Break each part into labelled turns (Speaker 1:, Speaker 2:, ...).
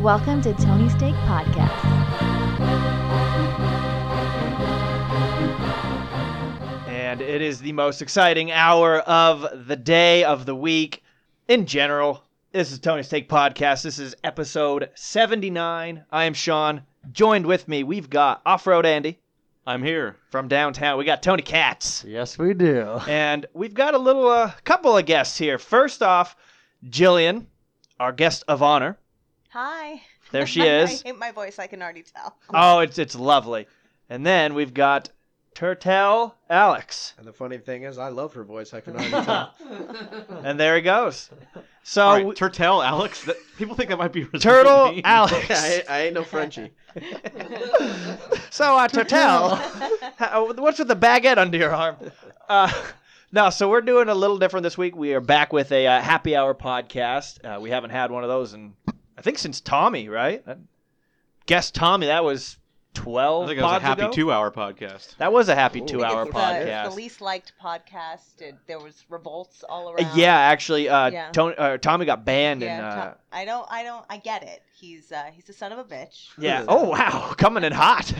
Speaker 1: Welcome to Tony Steak Podcast.
Speaker 2: And it is the most exciting hour of the day, of the week, in general. This is Tony's Take Podcast. This is episode 79. I am Sean. Joined with me, we've got Off Road Andy
Speaker 3: I'm here.
Speaker 2: from downtown. We got Tony Katz.
Speaker 3: Yes, we do.
Speaker 2: And we've got a little uh, couple of guests here. First off, Jillian, our guest of honor.
Speaker 4: Hi.
Speaker 2: There she
Speaker 4: I-
Speaker 2: is.
Speaker 4: I hate my voice. I can already tell.
Speaker 2: Oh, it's it's lovely. And then we've got Turtle Alex.
Speaker 5: And the funny thing is, I love her voice. I can already tell.
Speaker 2: And there he goes. So
Speaker 3: All right,
Speaker 2: we-
Speaker 3: Turtle Alex. That, people think that might be a
Speaker 2: Turtle
Speaker 3: name.
Speaker 2: Alex.
Speaker 5: I, I ain't no Frenchie.
Speaker 2: So, uh, Tertel, how- what's with the baguette under your arm? Uh, no, so we're doing a little different this week. We are back with a uh, happy hour podcast. Uh, we haven't had one of those in, I think, since Tommy, right? That, guest Tommy, that was 12
Speaker 3: I think it was a
Speaker 2: pods
Speaker 3: happy
Speaker 2: ago?
Speaker 3: two-hour podcast.
Speaker 2: That was a happy
Speaker 5: Ooh.
Speaker 2: two hour
Speaker 4: it's the, it's
Speaker 2: podcast.
Speaker 4: the least liked podcast. It, there was revolts all
Speaker 2: Uh,
Speaker 4: around.
Speaker 2: yeah, actually, uh,
Speaker 4: Yeah.
Speaker 2: Tony, uh, Tommy got banned.
Speaker 4: Yeah,
Speaker 2: and, uh,
Speaker 4: Tom- I don't. I don't. I get it. He's uh, he's a son of a bitch.
Speaker 2: yeah. Oh, wow. Coming in hot.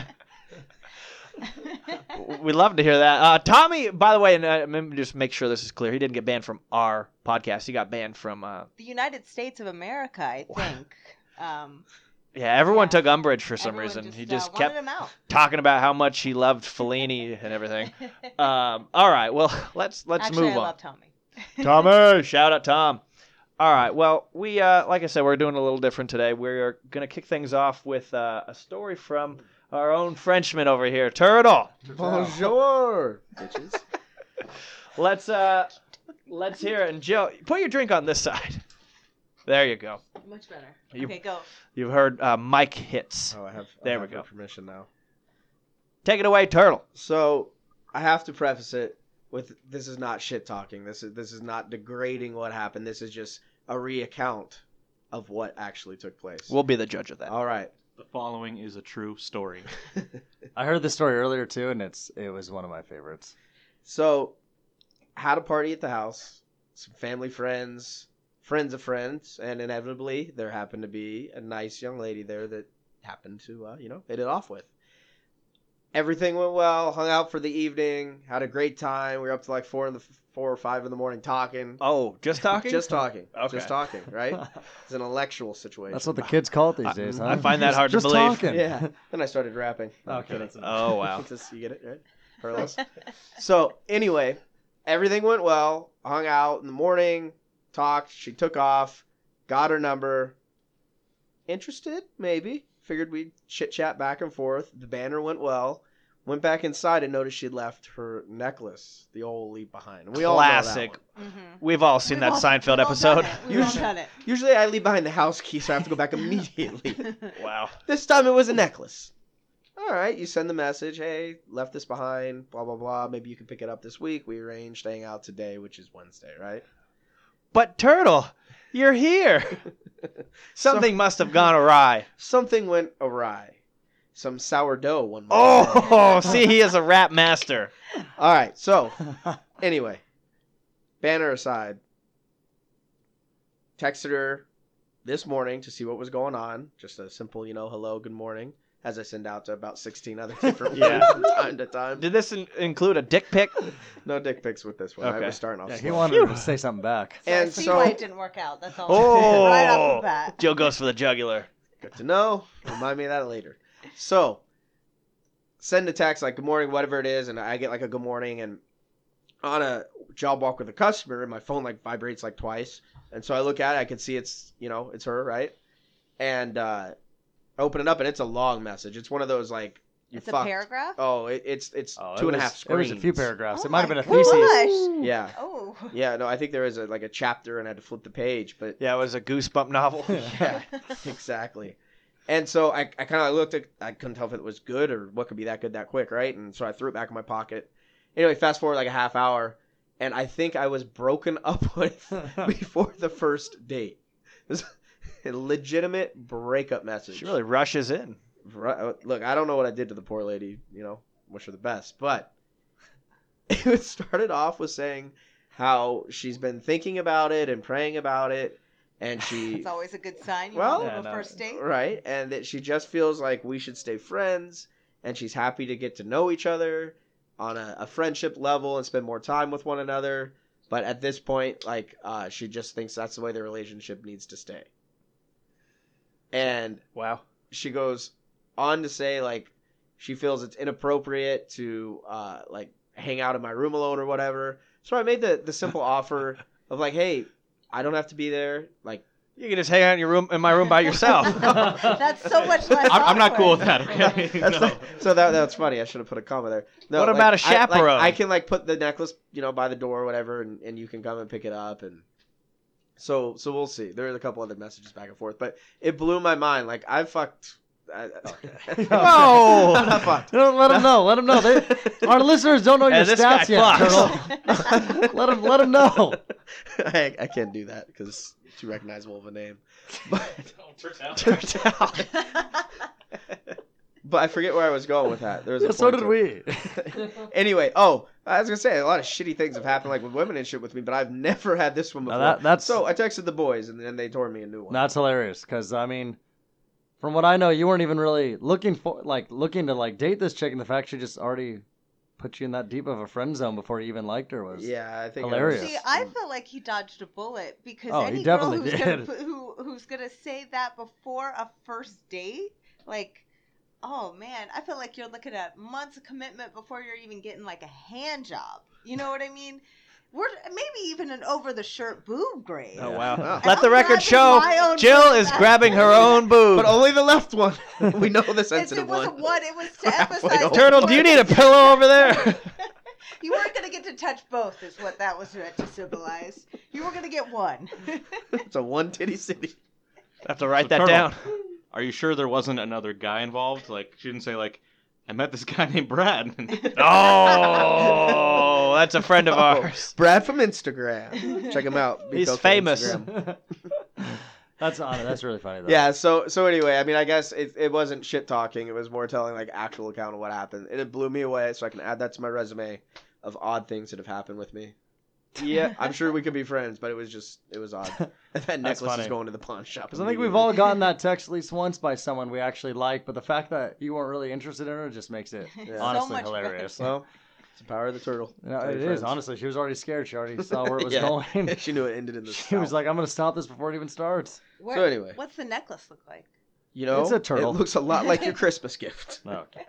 Speaker 2: we love to hear that. Uh, Tommy, by the way, and uh, let me just make sure this is clear. He didn't get banned from our podcast. He got banned from. Uh,
Speaker 4: the United States of America. I think. Um,
Speaker 2: yeah, everyone
Speaker 4: Yeah.
Speaker 2: took umbrage for some
Speaker 4: everyone
Speaker 2: reason. he
Speaker 4: uh,
Speaker 2: just
Speaker 4: wanted
Speaker 2: kept
Speaker 4: him out.
Speaker 2: talking about how much he loved Fellini and everything. Um, all right, well, let's let's
Speaker 4: Actually,
Speaker 2: move
Speaker 4: I
Speaker 2: on.
Speaker 4: love Tommy.
Speaker 2: Tommy, shout out Tom. All right, well, we uh, like I said, we're doing a little different today. We're gonna kick things off with uh, a story from our own Frenchman over here, Turtle.
Speaker 5: Bonjour, bitches.
Speaker 2: Let's uh let's hear it. And Joe, put your drink on this side. There you go.
Speaker 4: Much better.
Speaker 2: You-
Speaker 4: Okay, go.
Speaker 2: You've heard uh, Mike hits.
Speaker 5: Oh, I have. I
Speaker 2: There we
Speaker 5: have your
Speaker 2: go.
Speaker 5: Permission now.
Speaker 2: Take it away, Turtle.
Speaker 5: So I have to preface it with this is not shit talking. This is this is not degrading what happened. This is just a reaccount of what actually took place.
Speaker 2: We'll be the judge of that.
Speaker 5: all right.
Speaker 3: The following is a true story.
Speaker 6: I heard the story earlier too, and it's it was one of my favorites.
Speaker 5: So, had a party at the house, some family friends, friends of friends, and inevitably there happened to be a nice young lady there that happened to, uh, you know, hit it off with. Everything went well. Hung out for the evening. Had a great time. We were up to like four in the four or five in the morning talking.
Speaker 2: Oh, just talking?
Speaker 5: Just talking.
Speaker 2: Okay.
Speaker 5: Just talking. Right? It's an intellectual situation.
Speaker 6: That's what the kids call it these
Speaker 2: I-
Speaker 6: days.
Speaker 2: I
Speaker 6: huh?
Speaker 2: find that hard to
Speaker 6: Just
Speaker 2: believe.
Speaker 6: Talking.
Speaker 5: Yeah. Then I started rapping. No, I'm
Speaker 6: Okay,
Speaker 5: kidding.
Speaker 6: that's
Speaker 2: Oh wow.
Speaker 5: Just- you get it, right? Carlos? so anyway, everything went well. Hung out in the morning, talked. She took off, got her number. Interested, maybe. Figured we'd chit chat back and forth. The banner went well. Went back inside and noticed she'd left her necklace, the old leave behind. We all know that
Speaker 2: Classic.
Speaker 5: one.
Speaker 4: Mm-hmm.
Speaker 2: We've all seen that Seinfeld episode.
Speaker 4: We've all done it.
Speaker 5: Usually I leave behind the house key, so I have to go back immediately.
Speaker 4: We've all done it.
Speaker 2: Wow.
Speaker 5: This time it was a necklace. All right, you send the message, hey, left this behind, blah blah blah. Maybe you can pick it up this week. We arranged staying out today, which is Wednesday, right?
Speaker 2: But Turtle, you're here. Something must have gone awry.
Speaker 5: Something went awry. Some sourdough one morning.
Speaker 2: Oh, see, he is a rap master.
Speaker 5: All right, so anyway, banner aside, texted her this morning to see what was going on. Just a simple, you know, hello, good morning, as I send out to about 16 other different
Speaker 2: Yeah.
Speaker 5: ones from time to time.
Speaker 2: Did this in- include a dick pic?
Speaker 5: No dick pics with this one. I
Speaker 2: Okay.
Speaker 5: was starting off
Speaker 6: Yeah, he
Speaker 5: slow.
Speaker 6: wanted to say something back.
Speaker 4: So
Speaker 5: And
Speaker 4: I see
Speaker 5: so-
Speaker 4: why it didn't work out. That's all.
Speaker 2: Oh.
Speaker 4: right off the bat.
Speaker 2: Joe goes for the jugular.
Speaker 5: Good to know. Remind me of that later. So, send a text like good morning, whatever it is, and I get like a good morning. And on a job walk with a customer, and my phone like vibrates like twice, and so I look at it, I can see it's you know it's her, right? And uh, I open it up, and it's a long message. It's one of those like you
Speaker 4: It's a
Speaker 5: fucked.
Speaker 4: paragraph.
Speaker 5: Oh, it, it's it's
Speaker 6: Oh, it
Speaker 5: two and a
Speaker 6: was-
Speaker 5: half
Speaker 6: It was a few
Speaker 5: screens.
Speaker 6: paragraphs.
Speaker 4: Oh
Speaker 6: it might have
Speaker 4: my
Speaker 6: been a thesis.
Speaker 4: gosh.
Speaker 5: Yeah,
Speaker 4: Oh.
Speaker 5: yeah. No, I think there was a, like a chapter, and I had to flip the page, but
Speaker 2: Yeah, it was a goosebump novel.
Speaker 5: yeah, exactly. And so I, I kind of looked at, I couldn't tell if it was good or what could be that good that quick, right? And so I threw it back in my pocket. Anyway, fast forward like a half hour, and I think I was broken up with before the first date. It was a legitimate breakup message.
Speaker 2: She really rushes in.
Speaker 5: Ru- uh, Look, I don't know what I did to the poor lady, you know, wish her the best, but it started off with saying how she's been thinking about it and praying about it and she
Speaker 4: It's always a good sign. You
Speaker 5: Well-
Speaker 4: well,
Speaker 2: Yeah,
Speaker 4: have a
Speaker 2: no.
Speaker 4: first date.
Speaker 5: right and that she just feels like we should stay friends and she's happy to get to know each other on a, a friendship level and spend more time with one another but at this point like uh, she just thinks that's the way the relationship needs to stay and
Speaker 2: Wow.
Speaker 5: she goes on to say like she feels it's inappropriate to uh, like hang out in my room alone or whatever so i made the, the simple offer of like hey i don't have to be there like
Speaker 2: You can just hang out in your room in my room by yourself.
Speaker 4: That's so much less.
Speaker 3: I'm, I'm not cool with that.
Speaker 4: awkward.
Speaker 3: Okay.
Speaker 5: That's
Speaker 3: no.
Speaker 5: not- so that that's funny. I should have put a comma there. No,
Speaker 2: What
Speaker 5: like,
Speaker 2: about a
Speaker 5: I- like,
Speaker 2: chaperone?
Speaker 5: I, can like put the necklace, you know, by the door or whatever, and, and you can come and pick it up. And so so we'll see. There are a couple other messages back and forth, but it blew my mind. Like I fucked. I,
Speaker 2: Whoa!
Speaker 5: I'm not fucked.
Speaker 6: Don't let them know. Let them know. They, our listeners don't know
Speaker 2: Hey,
Speaker 6: your
Speaker 2: this guy
Speaker 6: stats yet.
Speaker 2: fucks.
Speaker 6: Colonel. Let him. Let him know.
Speaker 5: I, I can't do that because it's too recognizable of a name. But
Speaker 2: Turns out.
Speaker 5: but I forget where I was going with that. There was a
Speaker 6: so
Speaker 5: point
Speaker 6: did
Speaker 5: to it.
Speaker 6: we.
Speaker 5: anyway, oh, I was gonna say a lot of shitty things have happened like with women and shit with me, but I've never had this one
Speaker 6: No,
Speaker 5: before.
Speaker 6: that- that's-
Speaker 5: so I texted the boys and then they tore me a new one.
Speaker 6: That's hilarious. Because I mean, from what I know, you weren't even really looking for like looking to like date this chick, and the fact she just already put you in that deep of a friend zone before you even liked her was.
Speaker 5: yeah, I think
Speaker 6: hilarious.
Speaker 5: I was-
Speaker 4: See, I feel like he dodged a bullet because
Speaker 6: Oh, he
Speaker 4: any girl
Speaker 6: definitely
Speaker 4: who's gonna
Speaker 6: did.
Speaker 4: put- who who's gonna say that before a first date, like, oh man, I feel like you're looking at months of commitment before you're even getting like a hand job. You know what I mean? We're maybe even an over the shirt boob grade.
Speaker 2: Oh wow.
Speaker 5: Wow.
Speaker 2: Let the
Speaker 4: I'm
Speaker 2: record
Speaker 4: grabbing
Speaker 2: show
Speaker 4: my own
Speaker 2: Jill
Speaker 4: boob
Speaker 2: is
Speaker 4: back.
Speaker 2: grabbing her own boob.
Speaker 5: but only the left one. we know the
Speaker 4: It's-
Speaker 5: sensitive
Speaker 4: It wasn't
Speaker 5: one.
Speaker 4: one. It was to
Speaker 3: oh,
Speaker 5: Halfway
Speaker 4: emphasize.
Speaker 5: over.
Speaker 2: Turtle, do you need a pillow over there?
Speaker 4: You weren't going to get to touch both, is what that was meant to symbolize. You were going to get one.
Speaker 5: It's a one titty city.
Speaker 2: I have to write
Speaker 3: So
Speaker 2: that
Speaker 3: Turtle,
Speaker 2: down.
Speaker 3: Are you sure there wasn't another guy involved? Like, she didn't say like, I met this guy named Brad.
Speaker 2: Oh, that's a friend of
Speaker 5: Oh.
Speaker 2: ours.
Speaker 5: Brad from Instagram. Check him out.
Speaker 2: He's
Speaker 5: Bitoke on
Speaker 2: famous.
Speaker 5: Instagram.
Speaker 6: that's honor. That's really funny though.
Speaker 5: Yeah, so so anyway, I mean I guess it, it wasn't shit talking, it was more telling like actual account of what happened. And it blew me away, so I can add that to my resume of odd things that have happened with me.
Speaker 2: Yeah.
Speaker 5: I'm sure we could be friends, but it was just it was odd. that necklace
Speaker 2: funny.
Speaker 5: is going to the pawn shop.
Speaker 6: Because I think we've
Speaker 5: immediately.
Speaker 6: all gotten that text at least once by someone we actually like, but the fact that you weren't really interested in her just makes it
Speaker 5: Yeah.
Speaker 6: honestly
Speaker 4: much better.
Speaker 6: hilarious.
Speaker 5: Well, it's the power of the turtle.
Speaker 6: You know,
Speaker 5: Tell
Speaker 6: it
Speaker 5: your
Speaker 6: is
Speaker 5: friends.
Speaker 6: honestly. She was already scared. She already saw where it was
Speaker 5: Yeah.
Speaker 6: going.
Speaker 5: she knew it ended in the.
Speaker 6: She was
Speaker 5: south.
Speaker 6: like, "I'm gonna stop this before it even starts."
Speaker 4: Where-
Speaker 5: So anyway.
Speaker 4: What's the necklace look like?
Speaker 5: you know,
Speaker 6: It's a turtle.
Speaker 5: It looks a lot like your Christmas gift.
Speaker 6: Okay.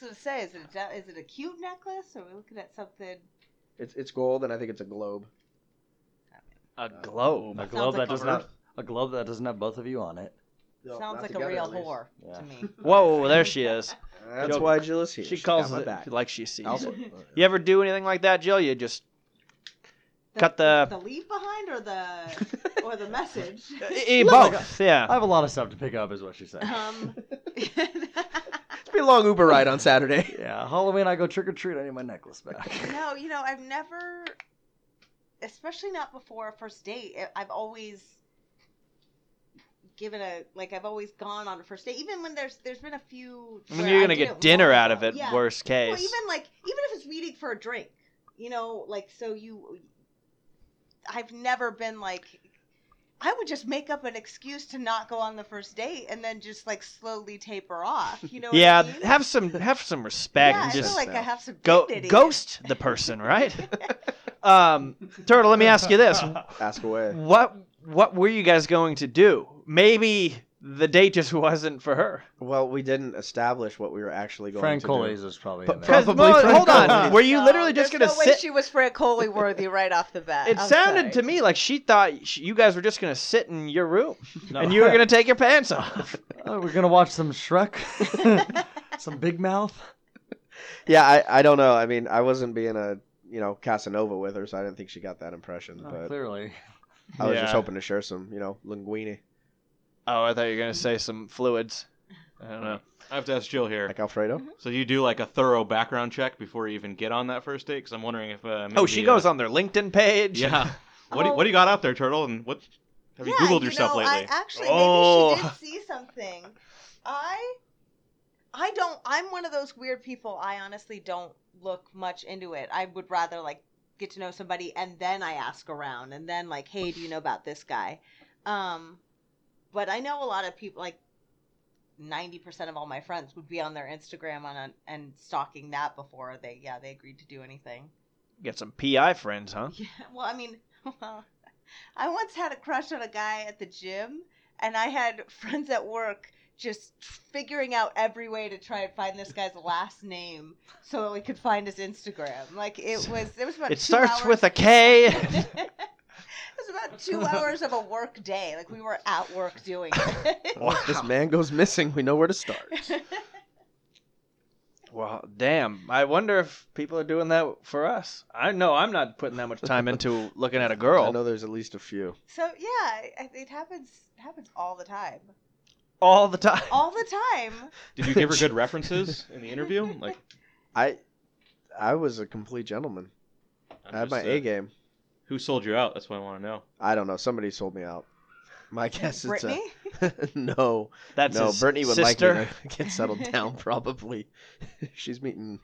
Speaker 4: So to say, is it a, di- is it a cute necklace, or are we looking at something?
Speaker 5: It's it's gold, and I think it's a globe.
Speaker 2: A globe.
Speaker 3: Oh
Speaker 6: A globe
Speaker 4: like
Speaker 6: that doesn't have a globe that doesn't have both of you on it.
Speaker 5: No,
Speaker 4: Sounds
Speaker 5: not
Speaker 4: like
Speaker 5: together,
Speaker 4: a real
Speaker 5: at least.
Speaker 4: whore
Speaker 6: Yeah.
Speaker 4: to me.
Speaker 2: Whoa, there she is.
Speaker 5: That's
Speaker 2: Jill-
Speaker 5: why Jill is here.
Speaker 2: She
Speaker 5: She's
Speaker 2: calls
Speaker 5: got my
Speaker 2: it
Speaker 5: back.
Speaker 2: like she sees.
Speaker 5: Also-
Speaker 2: it. You ever do anything like that, Jill? You just Cut the-
Speaker 4: the leave behind or the or the message.
Speaker 2: Eh, eh,
Speaker 6: Look,
Speaker 2: both.
Speaker 6: I
Speaker 2: Yeah.
Speaker 6: have a lot of stuff to pick up, is what she said.
Speaker 2: Uh-huh.
Speaker 4: Um,
Speaker 5: It's been a long Uber ride on Saturday.
Speaker 6: Yeah, Halloween I go trick or treat. I need my necklace back.
Speaker 4: No, you know, I've never, especially not before a first date. I- I've always given a like I've always gone on a first date, even when there's there's been a few.
Speaker 2: I mean,
Speaker 4: where
Speaker 2: you're gonna
Speaker 4: did
Speaker 2: get
Speaker 4: it
Speaker 2: dinner
Speaker 4: wrong.
Speaker 2: out of it.
Speaker 4: Yeah.
Speaker 2: Worst
Speaker 4: Well,
Speaker 2: case.
Speaker 4: even like even if it's meeting for a drink, you know, like so you. I've never been like. I would just make up an excuse to not go on the first date and then just like slowly taper off. You know? what I
Speaker 2: Yeah.
Speaker 4: mean?
Speaker 2: Have some have some
Speaker 4: yeah.
Speaker 2: respect
Speaker 4: I
Speaker 2: and
Speaker 4: feel
Speaker 2: just
Speaker 4: like I have some
Speaker 2: go
Speaker 4: dignity.
Speaker 2: ghost the person, right? um, Turtle, let me ask you this:
Speaker 5: Ask away.
Speaker 2: what what were you guys going to do? Maybe the date just wasn't for her.
Speaker 5: Well, we didn't establish what we were actually going
Speaker 6: Frank
Speaker 5: to do.
Speaker 6: Coley's is probably
Speaker 5: But
Speaker 6: in there.
Speaker 2: Because
Speaker 5: Probably Frank
Speaker 2: hold on,
Speaker 5: Coley.
Speaker 2: were you
Speaker 4: No,
Speaker 2: literally just
Speaker 4: there's
Speaker 2: gonna
Speaker 4: no way
Speaker 2: sit?
Speaker 4: she was Freya Coley worthy right off the bat.
Speaker 2: It
Speaker 4: I'm
Speaker 2: sounded to
Speaker 4: sorry.
Speaker 2: me like she thought sh you guys were just gonna sit in your room
Speaker 6: No.
Speaker 2: and you were gonna take your pants off.
Speaker 6: Oh, we're gonna watch some Shrek, some Big Mouth.
Speaker 5: Yeah, I, I don't know. I mean, I wasn't being a you know Casanova with her, so I didn't think she got that impression.
Speaker 6: Oh,
Speaker 5: but
Speaker 6: clearly,
Speaker 5: I was
Speaker 2: Yeah.
Speaker 5: just hoping to share some you know linguine,
Speaker 2: Oh, I thought you were gonna say some fluids. I don't know.
Speaker 3: I have to ask Jill here.
Speaker 5: like Alfredo.
Speaker 3: So you do like a thorough background check before you even get on that first date? Because I'm wondering if uh,
Speaker 2: Oh, she
Speaker 3: maybe,
Speaker 2: goes
Speaker 3: uh,
Speaker 2: on their LinkedIn page.
Speaker 3: Yeah. What do, you, what do you got out there, Turtle? And what have you
Speaker 4: Yeah,
Speaker 3: Googled yourself
Speaker 4: know,
Speaker 3: lately?
Speaker 4: I actually
Speaker 2: Oh.
Speaker 4: maybe she did see something. I I don't I'm one of those weird people. I honestly don't look much into it. I would rather like get to know somebody and then I ask around and then like, hey, do you know about this guy? Um, but I know a lot of people, like ninety percent of all my friends, would be on their Instagram on an, and stalking that before they, yeah, they agreed to do anything.
Speaker 2: Got some PI friends, huh?
Speaker 4: Yeah, well, I mean, well, I once had a crush on a guy at the gym, and I had friends at work just figuring out every way to try and find this guy's last name so that we could find his Instagram. Like it was, it was about.
Speaker 2: It
Speaker 4: two
Speaker 2: starts
Speaker 4: hours-
Speaker 2: with a K.
Speaker 4: it was about two hours of a work day. Like we were at work doing it.
Speaker 5: Well, if this man goes missing, we know where to start.
Speaker 2: well, damn. I wonder if people are doing that for us. I know I'm not putting that much time into looking at a
Speaker 5: I
Speaker 2: girl
Speaker 5: know there's at least a few.
Speaker 4: so yeah, I- it happens happens all the time.
Speaker 2: all the time.
Speaker 4: All the time.
Speaker 3: Did you give her good references in the interview? Like,
Speaker 5: I I was a complete gentleman.
Speaker 3: I'm
Speaker 5: I had my
Speaker 3: just, uh,
Speaker 5: A game.
Speaker 3: Who sold you out? That's what I want to know.
Speaker 5: I don't know. Somebody sold me out. My guess is
Speaker 4: Brittany.
Speaker 5: A, no,
Speaker 2: That's
Speaker 5: no.
Speaker 2: his
Speaker 5: Brittany would
Speaker 2: sister.
Speaker 5: like me to get settled down. Probably, she's meeting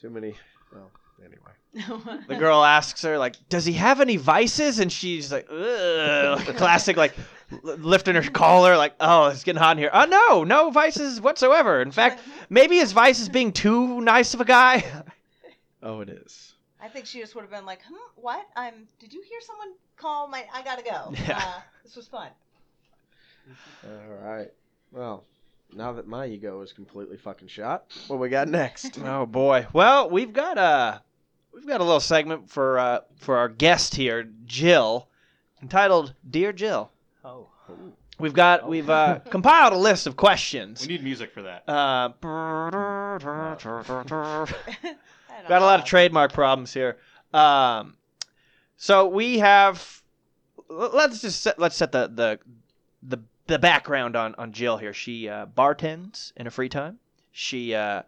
Speaker 5: too many. Well, anyway.
Speaker 2: The girl asks her like, "Does he have any vices?" And she's like, "Ugh," like classic like l- lifting her collar like, "Oh, it's getting hot in here." Oh no, no vices whatsoever. In fact, maybe his vice is being too nice of a guy.
Speaker 5: Oh, it is.
Speaker 4: I think she just would have been like, "Hmm, what? I'm. Did you hear someone call my? I gotta go.
Speaker 2: Yeah.
Speaker 4: Uh, this was fun."
Speaker 5: All right. Well, now that my ego is completely fucking shot, what we got next?
Speaker 2: Oh boy. Well, we've got a we've got a little segment for uh, for our guest here, Jill, entitled "Dear Jill."
Speaker 6: Oh.
Speaker 2: We've got we've uh, compiled a list of questions.
Speaker 3: Oh. We need music for that.
Speaker 2: Uh,
Speaker 4: I don't
Speaker 2: Got a lot of
Speaker 4: know.
Speaker 2: trademark problems here. Um, so we have. l- Let's just set, let's set the the the, the background on on Jill here. She uh, bartends in her free time. She uh,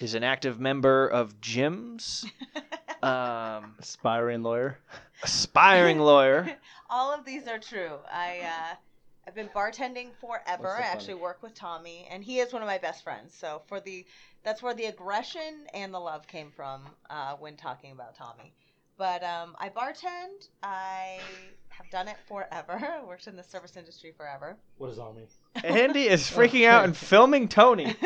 Speaker 2: is an active member of gyms. Um,
Speaker 6: Aspiring lawyer.
Speaker 2: aspiring lawyer.
Speaker 4: All of these are true. I uh, I've been bartending forever.
Speaker 6: What's so
Speaker 4: I actually work with Tommy, and he is one of my best friends. So for the that's where the aggression and the love came from uh, when talking about Tommy. But um, I bartend. I have done it forever. Worked in the service industry forever.
Speaker 6: What does all mean?
Speaker 2: Andy is freaking out and filming Tony.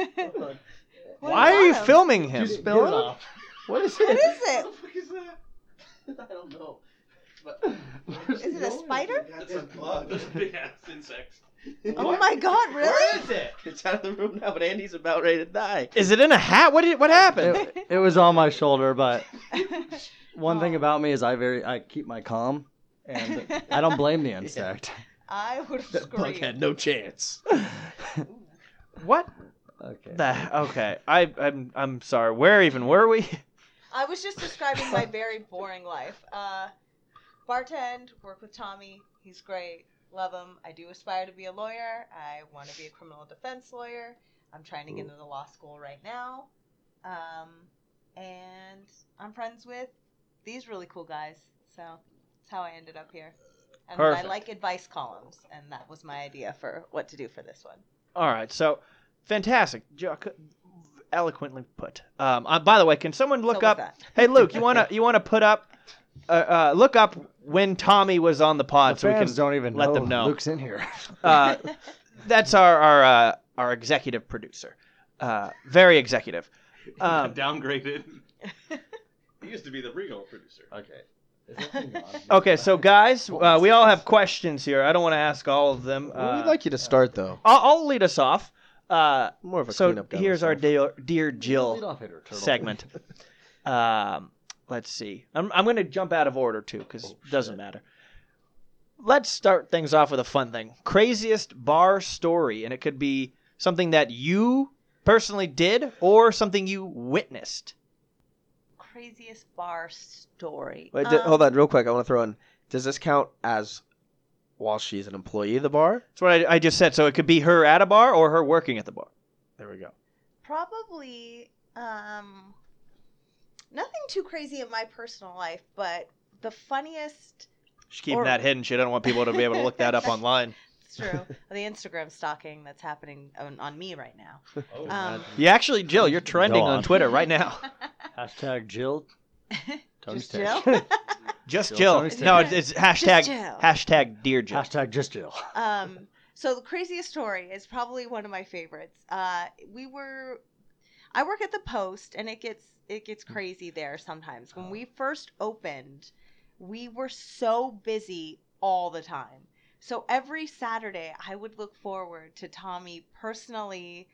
Speaker 2: Why are you
Speaker 4: Wow.
Speaker 2: filming him?
Speaker 5: Just- Spill it off. What is it?
Speaker 4: What is it?
Speaker 5: fuck is that? I don't know.
Speaker 4: Is it a spider?
Speaker 5: That's a bug.
Speaker 3: big ass insects.
Speaker 4: Oh my god! Really?
Speaker 5: is it? It's out of the room now, but Andy's about ready to die.
Speaker 2: Is it in a hat? What did, what happened?
Speaker 6: It, it was on my shoulder, but one thing
Speaker 4: Aw.
Speaker 6: about me is I very I keep my calm, and I don't blame the insect.
Speaker 4: I would have
Speaker 5: That bug had
Speaker 4: screamed.
Speaker 5: no chance.
Speaker 2: What
Speaker 6: Okay.
Speaker 2: the? Okay, I I'm I'm sorry. Where even were we?
Speaker 4: I was just describing my very boring life. Uh, bartend, work with Tommy. He's great. Love him. I do aspire to be a lawyer. I want to be a criminal defense lawyer. I'm trying to get into the law school right now. Um, and I'm friends with these really cool guys. So that's how I ended up here. And I
Speaker 2: Perfect.
Speaker 4: like advice columns, and that was my idea for what to do for this one.
Speaker 2: All right, so fantastic, Jo- eloquently put. Um, uh, by the way, can someone
Speaker 4: so
Speaker 2: look
Speaker 4: with
Speaker 2: up?
Speaker 4: that.
Speaker 2: Hey, Luke, you wanna you wanna put up? Uh, uh, look up when Tommy was on the
Speaker 6: The
Speaker 2: pod, so we
Speaker 6: fans
Speaker 2: can.
Speaker 6: don't even
Speaker 2: let
Speaker 6: know
Speaker 2: them know.
Speaker 6: Luke's in here.
Speaker 2: Uh, that's our our uh, our executive producer, uh, very executive. Um,
Speaker 3: Downgraded.
Speaker 2: uh,
Speaker 3: Uh, he used to be the regal producer.
Speaker 6: Okay.
Speaker 2: okay, so guys, uh, we all have questions here. I don't want to ask all of them.
Speaker 5: Well,
Speaker 2: Uh,
Speaker 5: we'd like you to start though.
Speaker 2: I'll, I'll lead us off. Uh,
Speaker 5: More of a
Speaker 2: so
Speaker 5: cleanup guy.
Speaker 2: here's our
Speaker 5: myself.
Speaker 2: dear, dear Jill. segment. um, let's see. I'm, I'm going to jump out of order too because it doesn't matter. Let's start things off with a fun thing. Craziest bar story, and it could be something that you personally did or something you witnessed.
Speaker 4: Craziest bar story.
Speaker 5: Wait, d-
Speaker 4: Um,
Speaker 5: hold on, real quick. I want to throw in. Does this count as while she's an employee of the bar?
Speaker 2: That's what I, I just said. So it could be her at a bar or her working at the bar.
Speaker 5: There we go.
Speaker 4: probably um nothing too crazy in my personal life but the funniest
Speaker 2: She's keeping
Speaker 4: Or-
Speaker 2: that hidden. She doesn't want people to be able to look that up online.
Speaker 4: it's true the instagram stalking that's happening on, on me right now um
Speaker 3: oh.
Speaker 2: You actually, Jill, you're trending
Speaker 6: Go
Speaker 2: on.
Speaker 6: on.
Speaker 2: Twitter right now.
Speaker 6: Hashtag Jill Tony's
Speaker 4: Just
Speaker 6: tail.
Speaker 4: Jill?
Speaker 2: Just
Speaker 6: Jill
Speaker 2: Jill.
Speaker 6: Tony's
Speaker 2: No,
Speaker 4: taking
Speaker 2: it's,
Speaker 4: it.
Speaker 2: it's hashtag
Speaker 4: Jill.
Speaker 2: hashtag dear Jill.
Speaker 6: Hashtag just Jill.
Speaker 4: um, so the craziest story is probably one of my favorites. Uh, we were, I work at the Post, and it gets it gets crazy there sometimes. When we first opened, we were so busy all the time. So every Saturday, I would look forward to Tommy personally,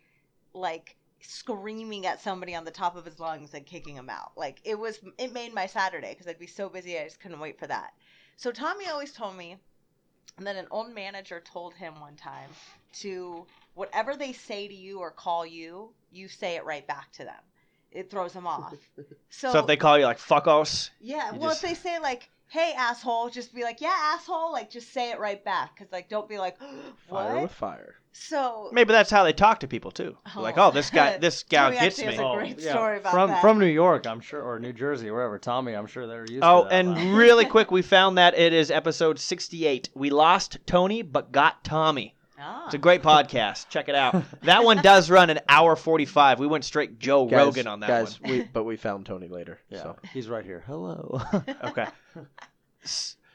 Speaker 4: like screaming at somebody on the top of his lungs and kicking him out. Like it was, it made my Saturday because I'd be so busy, I just couldn't wait for that. So Tommy always told me and then an old manager told him one time to whatever they say to you or call you, you say it right back to them. It throws them off. So,
Speaker 2: so if they call you like fuckos,
Speaker 4: yeah,
Speaker 2: you
Speaker 4: well,
Speaker 2: just-
Speaker 4: if they say like, "Hey, asshole," just be like, "Yeah, asshole," like just say it right back, because like don't be like,
Speaker 5: Fire
Speaker 4: "What?"
Speaker 5: with fire.
Speaker 4: So
Speaker 2: maybe that's how they talk to people too. They're Like,
Speaker 4: Oh.
Speaker 2: oh, this guy, this guy
Speaker 4: Tommy
Speaker 2: gets
Speaker 4: actually
Speaker 2: me.
Speaker 4: has a
Speaker 6: Oh,
Speaker 4: great
Speaker 6: yeah.
Speaker 4: story about
Speaker 6: from
Speaker 4: that.
Speaker 6: from New York, I'm sure, or New Jersey, wherever. Tommy, I'm sure they're used.
Speaker 2: Oh,
Speaker 6: to that laugh.
Speaker 2: and really quick, we found that it is episode 68. We lost Tony but got Tommy.
Speaker 4: Ah.
Speaker 2: It's a great podcast. Check it out. That one does run an hour 45. We went straight Joe
Speaker 5: Guys,
Speaker 2: Rogan on that
Speaker 5: guys, we but we found Tony later.
Speaker 6: yeah,
Speaker 5: So
Speaker 6: he's right here. Hello.
Speaker 2: one. Okay.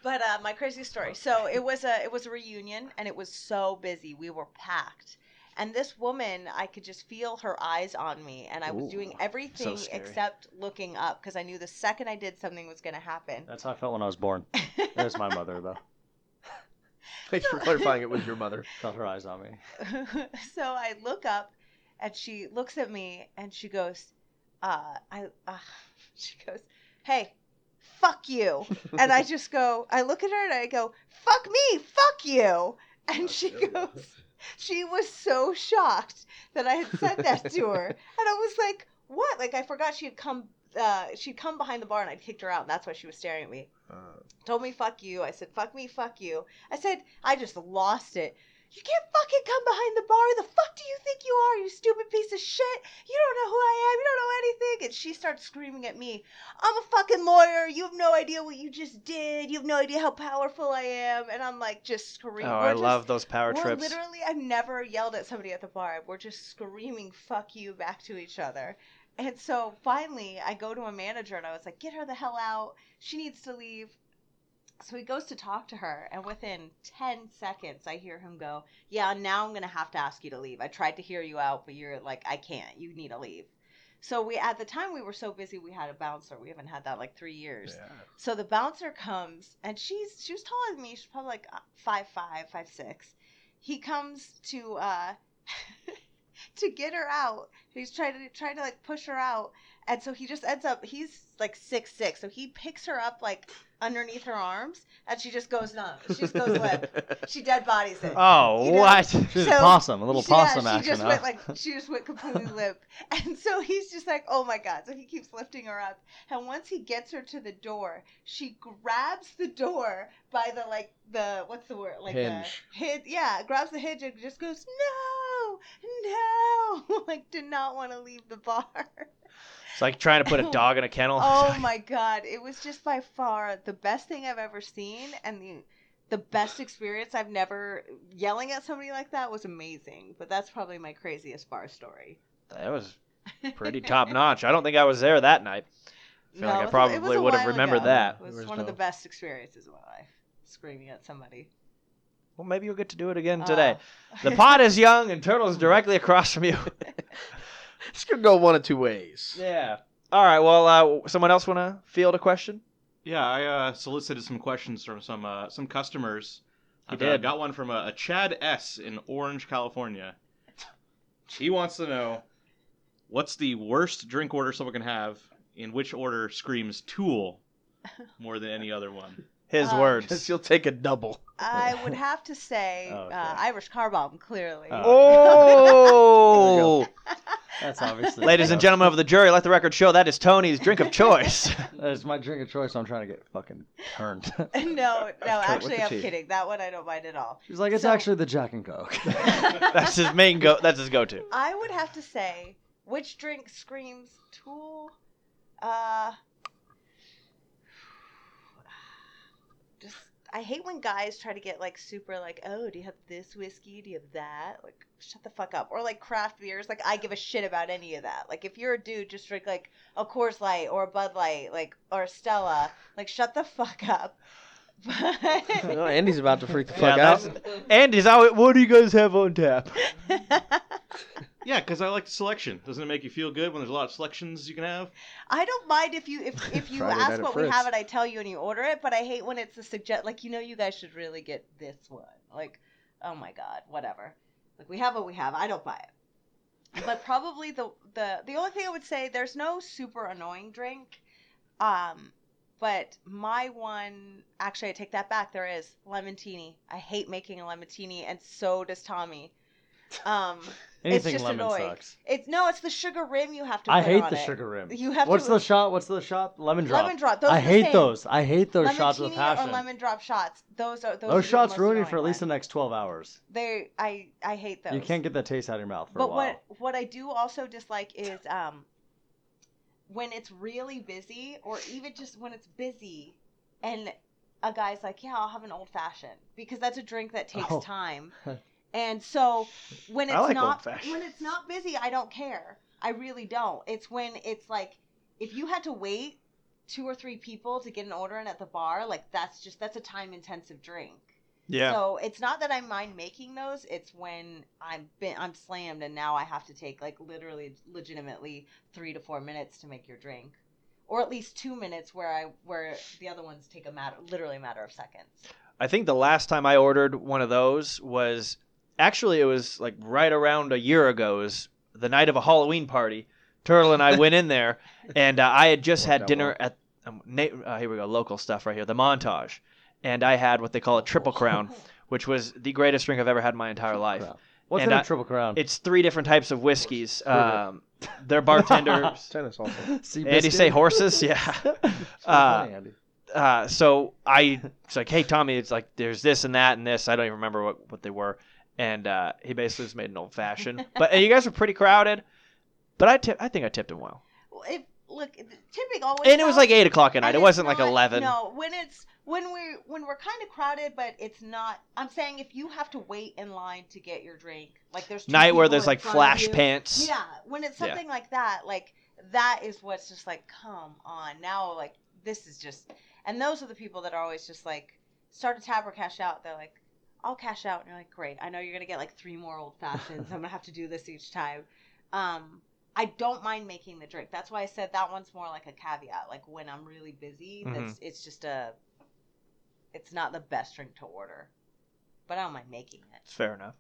Speaker 4: But uh, my crazy story. So it was a it was a reunion, and it was so busy. We were packed, and this woman, I could just feel her eyes on me, and I was
Speaker 2: Ooh,
Speaker 4: doing everything
Speaker 2: scary.
Speaker 4: except looking up because I knew the second I did something was going to happen.
Speaker 6: That's how I felt when I was born. There's my mother though.
Speaker 5: thanks for clarifying it with your mother.
Speaker 6: Felt her eyes on me.
Speaker 4: so I look up, and she looks at me, and she goes, uh, "I," uh, she goes, "Hey." Fuck you. And I just go, I look at her and I go, fuck me, fuck you. And she goes, she was so shocked that I had said that to her, and I was like, "What?" Like I forgot she had come. Uh, she'd come behind the bar, and I'd kicked her out. And that's why she was staring at me. Told me, "Fuck you." I said, "Fuck me, fuck you." I said, "I just lost it." You can't fucking come behind the bar. The fuck do you think you are, you stupid piece of shit? You don't know who I am. You don't know anything. And she starts screaming at me, I'm a fucking lawyer. You have no idea what you just did. You have no idea how powerful I am. And I'm like, just
Speaker 2: Oh,
Speaker 4: screaming.
Speaker 2: I love those power
Speaker 4: We're
Speaker 2: trips.
Speaker 4: literally, I've never yelled at somebody at the bar. We're just screaming "fuck you" back to each other. And so finally, I go to a manager and I was like, "Get her the hell out. She needs to leave." So he goes to talk to her, and within ten seconds, I hear him go, "Yeah, now I'm gonna have to ask you to leave. I tried to hear you out, but you're like, I can't. You need to leave." So we, at the time, we were so busy, we had a bouncer. We haven't had that in, like three years. So the bouncer comes and she's she was taller than me. She's probably like uh, five five, five six. He comes to uh to get her out. He's trying to trying to like push her out, and so he just ends up. He's like six six, so he picks her up like underneath her arms, and she just goes numb. She just goes limp. She dead bodies it.
Speaker 2: Oh,
Speaker 4: You know-
Speaker 2: what?
Speaker 6: She's
Speaker 4: So-
Speaker 6: a possum, a little
Speaker 4: Yeah,
Speaker 6: possum
Speaker 4: she
Speaker 6: action.
Speaker 4: just
Speaker 6: huh?
Speaker 4: went like she just went completely limp, and so he's just like, "Oh my god!" So he keeps lifting her up, and once he gets her to the door, she grabs the door by the like the what's the word like
Speaker 5: Hinge.
Speaker 4: the hinge. Yeah, grabs the hinge and just goes, "No, no!" like did not want to leave the bar.
Speaker 2: It's like trying to put a dog in a kennel.
Speaker 4: Oh my god, it was just by far the best thing I've ever seen and the the best experience I've never yelling at somebody like that was amazing, but that's probably my craziest bar story.
Speaker 2: That was pretty top notch. I don't think I was there that night. I feel
Speaker 4: No,
Speaker 2: like I
Speaker 4: it was- it was
Speaker 2: probably
Speaker 4: a
Speaker 2: would have
Speaker 4: while
Speaker 2: remembered
Speaker 4: ago.
Speaker 2: that.
Speaker 4: It was
Speaker 6: Where's
Speaker 4: one of the
Speaker 6: Bo?
Speaker 4: best experiences of my life, screaming at somebody.
Speaker 2: Well, maybe you'll get to do it again
Speaker 4: Uh,
Speaker 2: today. The pod is young and Turtle's directly across from you.
Speaker 5: This could go one of two ways.
Speaker 2: yeah. All right. Well, uh, someone else want to field a question?
Speaker 3: Yeah, I uh, solicited some questions from some uh, some customers.
Speaker 2: He
Speaker 3: I uh,
Speaker 2: did.
Speaker 3: got one from a, a Chad S in Orange, California. He wants to know what's the worst drink order someone can have, in which order screams Tool more than any other one.
Speaker 2: His
Speaker 4: Uh,
Speaker 2: words.
Speaker 5: Because you'll take a double.
Speaker 4: I would have to say
Speaker 6: Oh, okay.
Speaker 4: uh, Irish car bomb, clearly.
Speaker 6: Oh.
Speaker 2: Oh,
Speaker 6: That's obviously.
Speaker 2: ladies and gentlemen of the jury, let the record show that is Tony's drink of choice.
Speaker 6: That's my drink of choice. so I'm trying to get fucking turned.
Speaker 4: no, no, actually,
Speaker 5: the
Speaker 4: I'm
Speaker 5: tea.
Speaker 4: kidding. That one I don't mind at all.
Speaker 6: She's like, it's
Speaker 4: So-
Speaker 6: actually the Jack and Coke.
Speaker 2: that's his main go. That's his go-to.
Speaker 4: I would have to say, which drink screams tool? Uh, just I hate when guys try to get like super like, oh, do you have this whiskey? Do you have that? Like, shut the fuck up. Or like craft beers. Like, I give a shit about any of that. Like, if you're a dude, just drink like a Coors Light or a Bud Light, like or a Stella. Like, shut the fuck up. But
Speaker 7: Well, Oh, Andy's about to freak the
Speaker 2: Yeah,
Speaker 7: fuck
Speaker 2: that's-
Speaker 7: out.
Speaker 2: Andy's out. What do you guys have on tap?
Speaker 3: Yeah, because I like the selection. Doesn't it make you feel good when there's a lot of selections you can have?
Speaker 4: I don't mind if you if if you
Speaker 7: Friday night
Speaker 4: ask
Speaker 7: at
Speaker 4: what we
Speaker 7: Fritz.
Speaker 4: have and I tell you and you order it, but I hate when it's a suggest like you know you guys should really get this one. Like, oh my god, whatever. Like we have what we have. I don't buy it. But probably the the the only thing I would say there's no super annoying drink. Um but my one actually I take that back. There is lemontini. I hate making a lemontini and so does Tommy. Um
Speaker 6: Anything
Speaker 4: just
Speaker 6: lemon
Speaker 4: annoying.
Speaker 6: sucks.
Speaker 4: it's no, it's the sugar rim you have to
Speaker 6: I
Speaker 4: put
Speaker 6: hate
Speaker 4: on
Speaker 6: the
Speaker 4: it.
Speaker 6: sugar rim.
Speaker 4: You have
Speaker 6: What's
Speaker 4: to
Speaker 6: the shot? What's the shot? Lemon drop.
Speaker 4: Lemon drop. Those
Speaker 6: I
Speaker 4: are the
Speaker 6: hate
Speaker 4: same.
Speaker 6: those. I hate those shots with
Speaker 4: Lemontini
Speaker 6: passion.
Speaker 4: or lemon drop shots. Those are those.
Speaker 6: those
Speaker 4: are the
Speaker 6: shots
Speaker 4: most
Speaker 6: ruin you
Speaker 4: annoying
Speaker 6: for at least the
Speaker 4: ones.
Speaker 6: next 12 hours.
Speaker 4: They, I, I hate those.
Speaker 6: You can't get that taste out of your mouth for a
Speaker 4: But
Speaker 6: while.
Speaker 4: what what I do also dislike is um, when it's really busy, or even just when it's busy, and a guy's like, "Yeah, I'll have an old fashioned," because that's a drink that takes
Speaker 6: Oh.
Speaker 4: time. And so when it's
Speaker 2: I like
Speaker 4: not
Speaker 2: old-fashioned.
Speaker 4: when it's not busy, I don't care. I really don't. It's when it's like if you had to wait two or three people to get an order in at the bar, like that's just that's a time intensive drink. So it's not that I mind making those. It's when I'm been, I'm slammed and now I have to take like literally legitimately three to four minutes to make your drink, or at least two minutes where I where the other ones take a matter literally a matter of seconds.
Speaker 2: I think the last time I ordered one of those was actually it was like right around a year ago. It was the night of a Halloween party. Turtle and I went in there, and uh, I had just had
Speaker 7: out
Speaker 2: dinner at um, na- uh, here we go local stuff right here the montage, and I had what they call a triple crown, which was the greatest drink I've ever had in my entire life.
Speaker 6: Crown. What's
Speaker 2: and
Speaker 6: in a
Speaker 2: I-
Speaker 6: triple crown?
Speaker 2: It's three different types of whiskeys. Um, their bartender.
Speaker 5: Tennis also.
Speaker 6: Sea
Speaker 2: Andy
Speaker 6: biscuit?
Speaker 2: say horses, yeah.
Speaker 6: It's really
Speaker 2: Uh,
Speaker 6: funny, Andy.
Speaker 2: uh, so I it's like, hey Tommy, it's like there's this and that and this. I don't even remember what, what they were. And uh, he basically just made an old fashioned. but and you guys were pretty crowded. But I tip, I think I tipped him well.
Speaker 4: Well, If look, tipping always.
Speaker 2: And it was
Speaker 4: helps.
Speaker 2: like eight o'clock at night.
Speaker 4: And
Speaker 2: It
Speaker 4: it's
Speaker 2: wasn't like
Speaker 4: not-
Speaker 2: eleven.
Speaker 4: No, when it's when we when we're kind of crowded, but it's not. I'm saying if you have to wait in line to get your drink, like there's two
Speaker 2: Night where
Speaker 4: people
Speaker 2: there's
Speaker 4: in
Speaker 2: like
Speaker 4: front of
Speaker 2: flash
Speaker 4: you.
Speaker 2: pants.
Speaker 4: Yeah, when it's
Speaker 2: Yeah.
Speaker 4: something like that, like that is what's just like, come on, now like this is just, and those are the people that are always just like, start a tab or cash out. They're like, I'll cash out, and you're like, great, I know you're gonna get like three more old fashions. I'm gonna have to do this each time. Um, I don't mind making the drink. That's why I said that one's more like a caveat. Like when I'm really busy, that's it's just a, it's not the best drink to order, but I don't mind making it.
Speaker 2: It's fair enough.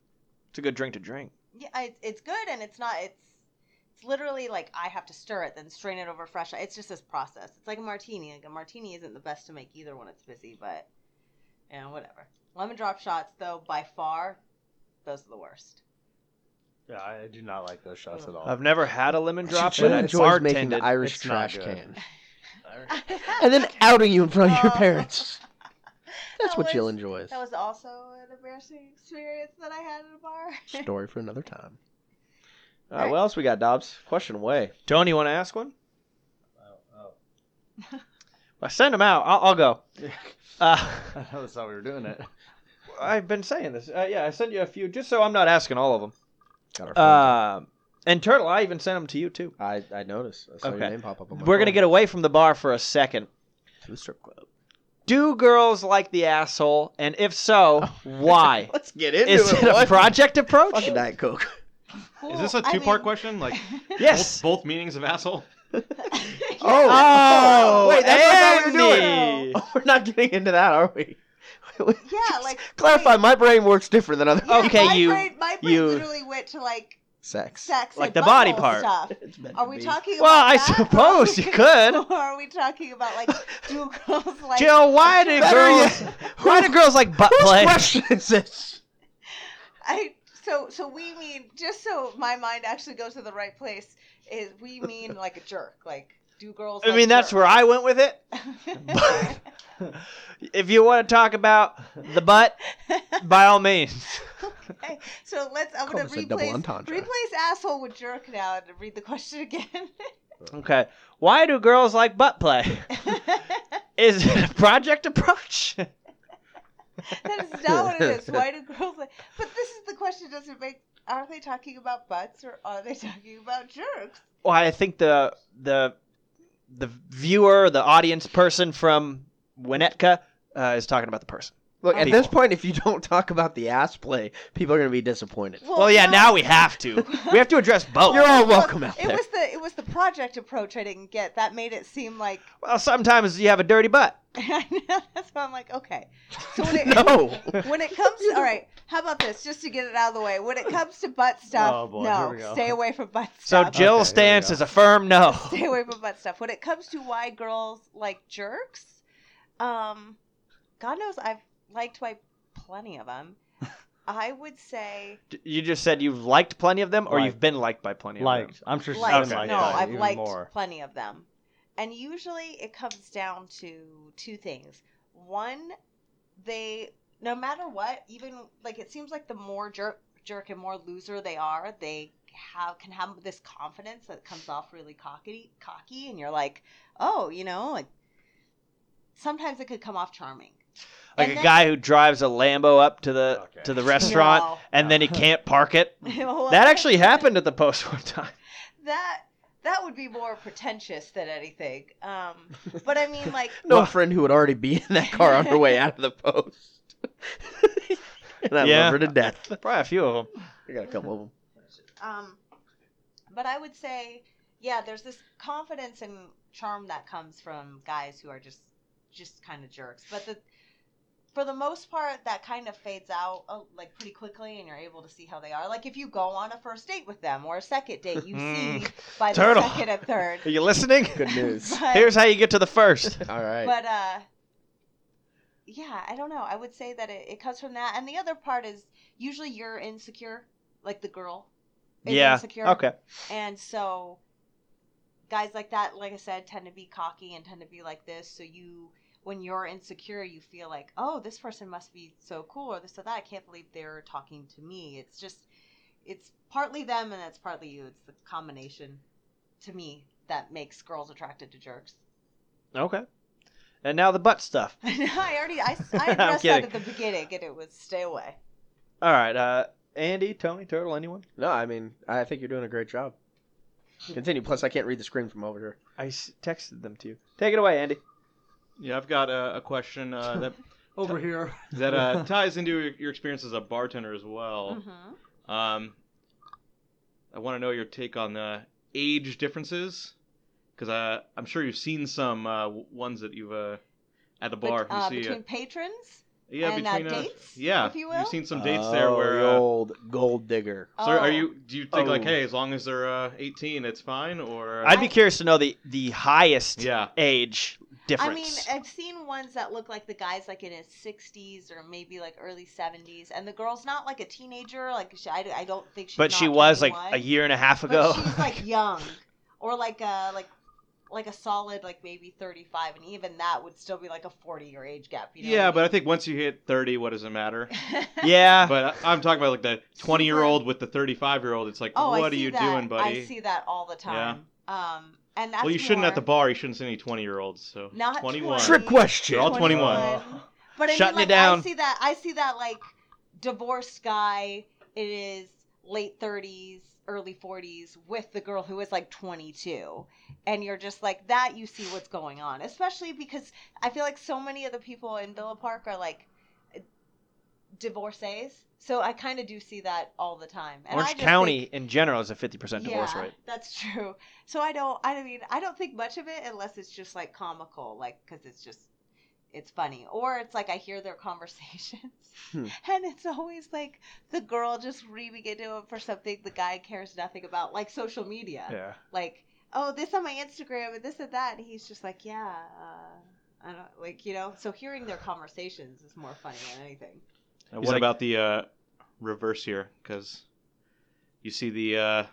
Speaker 2: It's a good drink to drink.
Speaker 4: Yeah, it's it's good and it's not it's it's literally like I have to stir it, then strain it over fresh. It's just this process. It's like a martini. Like a martini isn't the best to make either when it's busy, but you know, whatever. Lemon drop shots though, by far, those are the worst.
Speaker 6: Yeah, I do not like those shots at all.
Speaker 2: I've never had a lemon drop,
Speaker 7: She
Speaker 2: but I
Speaker 7: enjoys making
Speaker 2: bartended.
Speaker 7: the Irish
Speaker 6: It's not
Speaker 7: trash
Speaker 6: good.
Speaker 7: can.
Speaker 4: and
Speaker 7: And then outing you in front of your
Speaker 4: Oh.
Speaker 7: parents. That's
Speaker 4: That
Speaker 7: what Jill
Speaker 4: was-
Speaker 7: enjoys.
Speaker 4: that was also an embarrassing experience that I had at a bar.
Speaker 7: Story for another time.
Speaker 5: All
Speaker 2: Uh,
Speaker 5: right, what else we got, Dobbs? Question away.
Speaker 2: Tony, you want to ask one? Well, send them out. I'll, I'll go. Uh,
Speaker 6: That's how we were doing it.
Speaker 2: I've been saying this. Uh, yeah, I sent you a few just so I'm not asking all of them.
Speaker 7: Got our phones.
Speaker 2: Um, and Turtle, I even sent them to you too.
Speaker 5: I, I noticed. I saw
Speaker 2: Okay.
Speaker 5: your name pop up on my
Speaker 2: We're gonna
Speaker 5: phone.
Speaker 2: get away from the bar for a second.
Speaker 7: to the strip club.
Speaker 2: Do girls like the asshole? And if so, why?
Speaker 7: Let's get into
Speaker 2: Is it a
Speaker 7: boy.
Speaker 2: project approach?
Speaker 7: Fucking Diet Coke.
Speaker 3: Is this a
Speaker 4: Cool. I
Speaker 3: two part
Speaker 4: mean-
Speaker 3: question? Like
Speaker 2: Yes.
Speaker 3: both, both meanings of asshole?
Speaker 7: Oh.
Speaker 2: Oh,
Speaker 7: Wait, that's
Speaker 2: Andy.
Speaker 7: not what we're doing. Oh, We're not getting into that, are we?
Speaker 4: Yeah, like
Speaker 7: Clarify,
Speaker 4: wait.
Speaker 7: my brain works different than other
Speaker 4: Yeah,
Speaker 2: Okay,
Speaker 4: my
Speaker 2: you-
Speaker 4: brain, my brain
Speaker 2: you-
Speaker 4: literally went to like
Speaker 7: sex.
Speaker 4: sex,
Speaker 2: Like
Speaker 4: and
Speaker 2: the body
Speaker 4: butthole
Speaker 2: part.
Speaker 4: Stuff.
Speaker 7: It's meant
Speaker 4: Are
Speaker 7: to
Speaker 4: we
Speaker 7: be.
Speaker 4: talking?
Speaker 2: Well,
Speaker 4: about
Speaker 2: I
Speaker 4: that?
Speaker 2: suppose you could.
Speaker 4: Or are we talking about like do girls like?
Speaker 2: Jill, why do
Speaker 7: Better
Speaker 2: girls? Why do girls like butt
Speaker 7: Whose
Speaker 2: play?
Speaker 7: question is this?
Speaker 4: I so so we mean just so my mind actually goes to the right place is we mean like a jerk like do girls?
Speaker 2: I mean, that's where I went with it.
Speaker 4: I.
Speaker 2: If you want to talk about the butt, by all means.
Speaker 4: okay, so let's. I'm
Speaker 7: Call
Speaker 4: gonna
Speaker 7: this a double
Speaker 4: replace
Speaker 7: entendre.
Speaker 4: replace asshole with jerk now and read the question again.
Speaker 2: Okay. Why do girls like butt play? Is it a project approach?
Speaker 4: That is not what it is. Why do girls like? But this is the question. Does it make? Are they talking about butts or are they talking about jerks?
Speaker 2: Well, I think the the the viewer, the audience person from Winnetka uh, is talking about the person.
Speaker 7: Look, at
Speaker 2: People.
Speaker 7: this point, if you don't talk about the ass play, people are going to be disappointed.
Speaker 2: Well, yeah,
Speaker 4: no.
Speaker 2: now we have to. We have to address both.
Speaker 7: You're all
Speaker 4: Look,
Speaker 7: welcome out
Speaker 4: It
Speaker 7: there.
Speaker 4: was the it was the project approach I didn't get. That made it seem like
Speaker 2: Well, sometimes you have a dirty butt.
Speaker 4: I know. That's why I'm like, okay. So when it,
Speaker 7: No.
Speaker 4: when it comes to all right, how about this? Just to get it out of the way, when it comes to butt stuff,
Speaker 6: Oh, boy, here
Speaker 4: no,
Speaker 6: we go.
Speaker 4: stay away from butt
Speaker 2: So
Speaker 4: stuff.
Speaker 6: here
Speaker 2: Jill's
Speaker 6: we
Speaker 2: stance
Speaker 6: go.
Speaker 2: is a firm no.
Speaker 4: stay away from butt stuff. When it comes to why girls like jerks, um, God knows I've liked by plenty of them. I would say
Speaker 2: D- You just said you've liked plenty of them, or
Speaker 6: Liked.
Speaker 2: you've been liked by plenty of them.
Speaker 6: Liked. I'm sure she's
Speaker 4: liked.
Speaker 6: been liked
Speaker 4: no,
Speaker 6: by
Speaker 4: I've
Speaker 6: even
Speaker 4: liked
Speaker 6: more.
Speaker 4: plenty of them, and usually it comes down to two things. One, they no matter what, even like it seems like the more jerk jerk and more loser they are, they have can have this confidence that comes off really cocky cocky, and you're like, oh, you know, like sometimes it could come off charming.
Speaker 2: Like
Speaker 4: And
Speaker 2: a
Speaker 4: then-
Speaker 2: guy who drives a Lambo up to the
Speaker 3: Okay.
Speaker 2: to the restaurant, and then he can't park it.
Speaker 4: No. Well,
Speaker 2: That actually happened at the post one time.
Speaker 4: That that would be more pretentious than anything. Um, but I mean, like,
Speaker 7: no friend who would already be in that car on her way out of the post. and I
Speaker 2: Yeah.
Speaker 7: love her to death.
Speaker 2: Probably a few of them.
Speaker 7: I got a couple of them.
Speaker 4: um, but I would say, yeah, there's this confidence and charm that comes from guys who are just just kind of jerks. But the for the most part, that kind of fades out uh, like pretty quickly, and you're able to see how they are. Like if you go on a first date with them or a second date, you see
Speaker 2: Mm.
Speaker 4: by the
Speaker 2: Turtle.
Speaker 4: second and third.
Speaker 2: Are you listening?
Speaker 7: Good news.
Speaker 4: But-
Speaker 2: Here's how you get to the first.
Speaker 7: All right.
Speaker 4: but uh yeah i don't know i would say that it, it comes from that and the other part is usually you're insecure like the girl is
Speaker 2: yeah.
Speaker 4: insecure
Speaker 2: Okay.
Speaker 4: and so guys like that like i said tend to be cocky and tend to be like this so you when you're insecure you feel like oh this person must be so cool or this or that i can't believe they're talking to me it's just it's partly them and it's partly you it's the combination to me that makes girls attracted to jerks
Speaker 2: Okay. And now the butt stuff.
Speaker 4: I already I, I
Speaker 2: I'm
Speaker 4: addressed that
Speaker 2: kidding.
Speaker 4: at the beginning, and it was stay away.
Speaker 2: All right. Uh, Andy, Tony, Turtle, anyone?
Speaker 7: no, I mean, I think you're doing a great job. Continue. Plus, I can't read the screen from over here.
Speaker 2: I s- texted them to you. Take it away, Andy.
Speaker 3: Yeah, I've got a, a question uh, that
Speaker 6: Over here.
Speaker 3: that uh, ties into your, your experience as a bartender as well.
Speaker 4: Mm-hmm.
Speaker 3: Um, I want to know your take on the age differences, because uh, I'm sure you've seen some uh, w- ones that you've uh, at the bar.
Speaker 4: uh,
Speaker 3: you see, uh,
Speaker 4: between patrons.
Speaker 3: yeah,
Speaker 4: and, uh,
Speaker 3: between
Speaker 4: dates,
Speaker 3: yeah,
Speaker 4: if you will?
Speaker 3: have seen some dates there
Speaker 7: Oh,
Speaker 3: where.
Speaker 7: the
Speaker 3: Uh,
Speaker 7: old gold digger.
Speaker 3: so
Speaker 4: Oh.
Speaker 3: are you? Do you think like,
Speaker 7: Oh.
Speaker 3: hey, as long as they're uh, 18, it's fine? Or uh,
Speaker 2: I'd be
Speaker 4: I-
Speaker 2: curious to know the the highest
Speaker 3: yeah,
Speaker 2: age
Speaker 4: Oh, I mean,
Speaker 2: difference.
Speaker 4: I've seen ones that look like the guys like in his sixties or maybe like early seventies, and the girl's not like a teenager. Like she, I, I don't think she's.
Speaker 2: but she
Speaker 4: not
Speaker 2: was like
Speaker 4: 21,
Speaker 2: a year and a half
Speaker 4: but
Speaker 2: ago.
Speaker 4: she's like young, or like a like like a solid like maybe thirty five, and even that would still be like a forty year age gap. You know
Speaker 3: yeah, but I
Speaker 4: what
Speaker 3: think once you hit 30, what does it matter?
Speaker 4: I mean?
Speaker 2: yeah.
Speaker 3: but I- I'm talking about like the 20 year old with the 35 year old. It's like,
Speaker 4: Oh, I
Speaker 3: what are
Speaker 4: see
Speaker 3: you
Speaker 4: that.
Speaker 3: doing, buddy?
Speaker 4: I see that all the time. Um, and that's
Speaker 3: well, you shouldn't at the
Speaker 4: more-
Speaker 3: bar. You shouldn't see any 20 year olds. So
Speaker 4: Not
Speaker 3: 21.
Speaker 4: 20.
Speaker 7: Trick question.
Speaker 3: They're all 21.
Speaker 4: But I mean,
Speaker 2: Shutting it
Speaker 4: like,
Speaker 2: down.
Speaker 4: I see that. I see that like divorced guy in his late thirties, early forties, with the girl who is like twenty-two, and you're just like that. You see what's going on, especially because I feel like so many of the people in Villa Park are like divorcees. So I kind of do see that all the time. And I
Speaker 2: Orange
Speaker 4: just
Speaker 2: County
Speaker 4: think-
Speaker 2: in general is a 50% divorce rate.
Speaker 4: That's true. So I don't. I mean, I don't think much of it unless it's just like comical, like because it's just it's funny, or it's like I hear their conversations,
Speaker 7: Hmm.
Speaker 4: and it's always like the girl just reaming into him for something the guy cares nothing about, like social media,
Speaker 2: Yeah.
Speaker 4: like oh this on my Instagram and this and that, and he's just like yeah. Uh, I don't like you know. So hearing their conversations is more funny than anything.
Speaker 3: And
Speaker 2: He's
Speaker 3: what
Speaker 2: like-
Speaker 4: Oh
Speaker 3: about the uh, reverse here? Because you see the uh,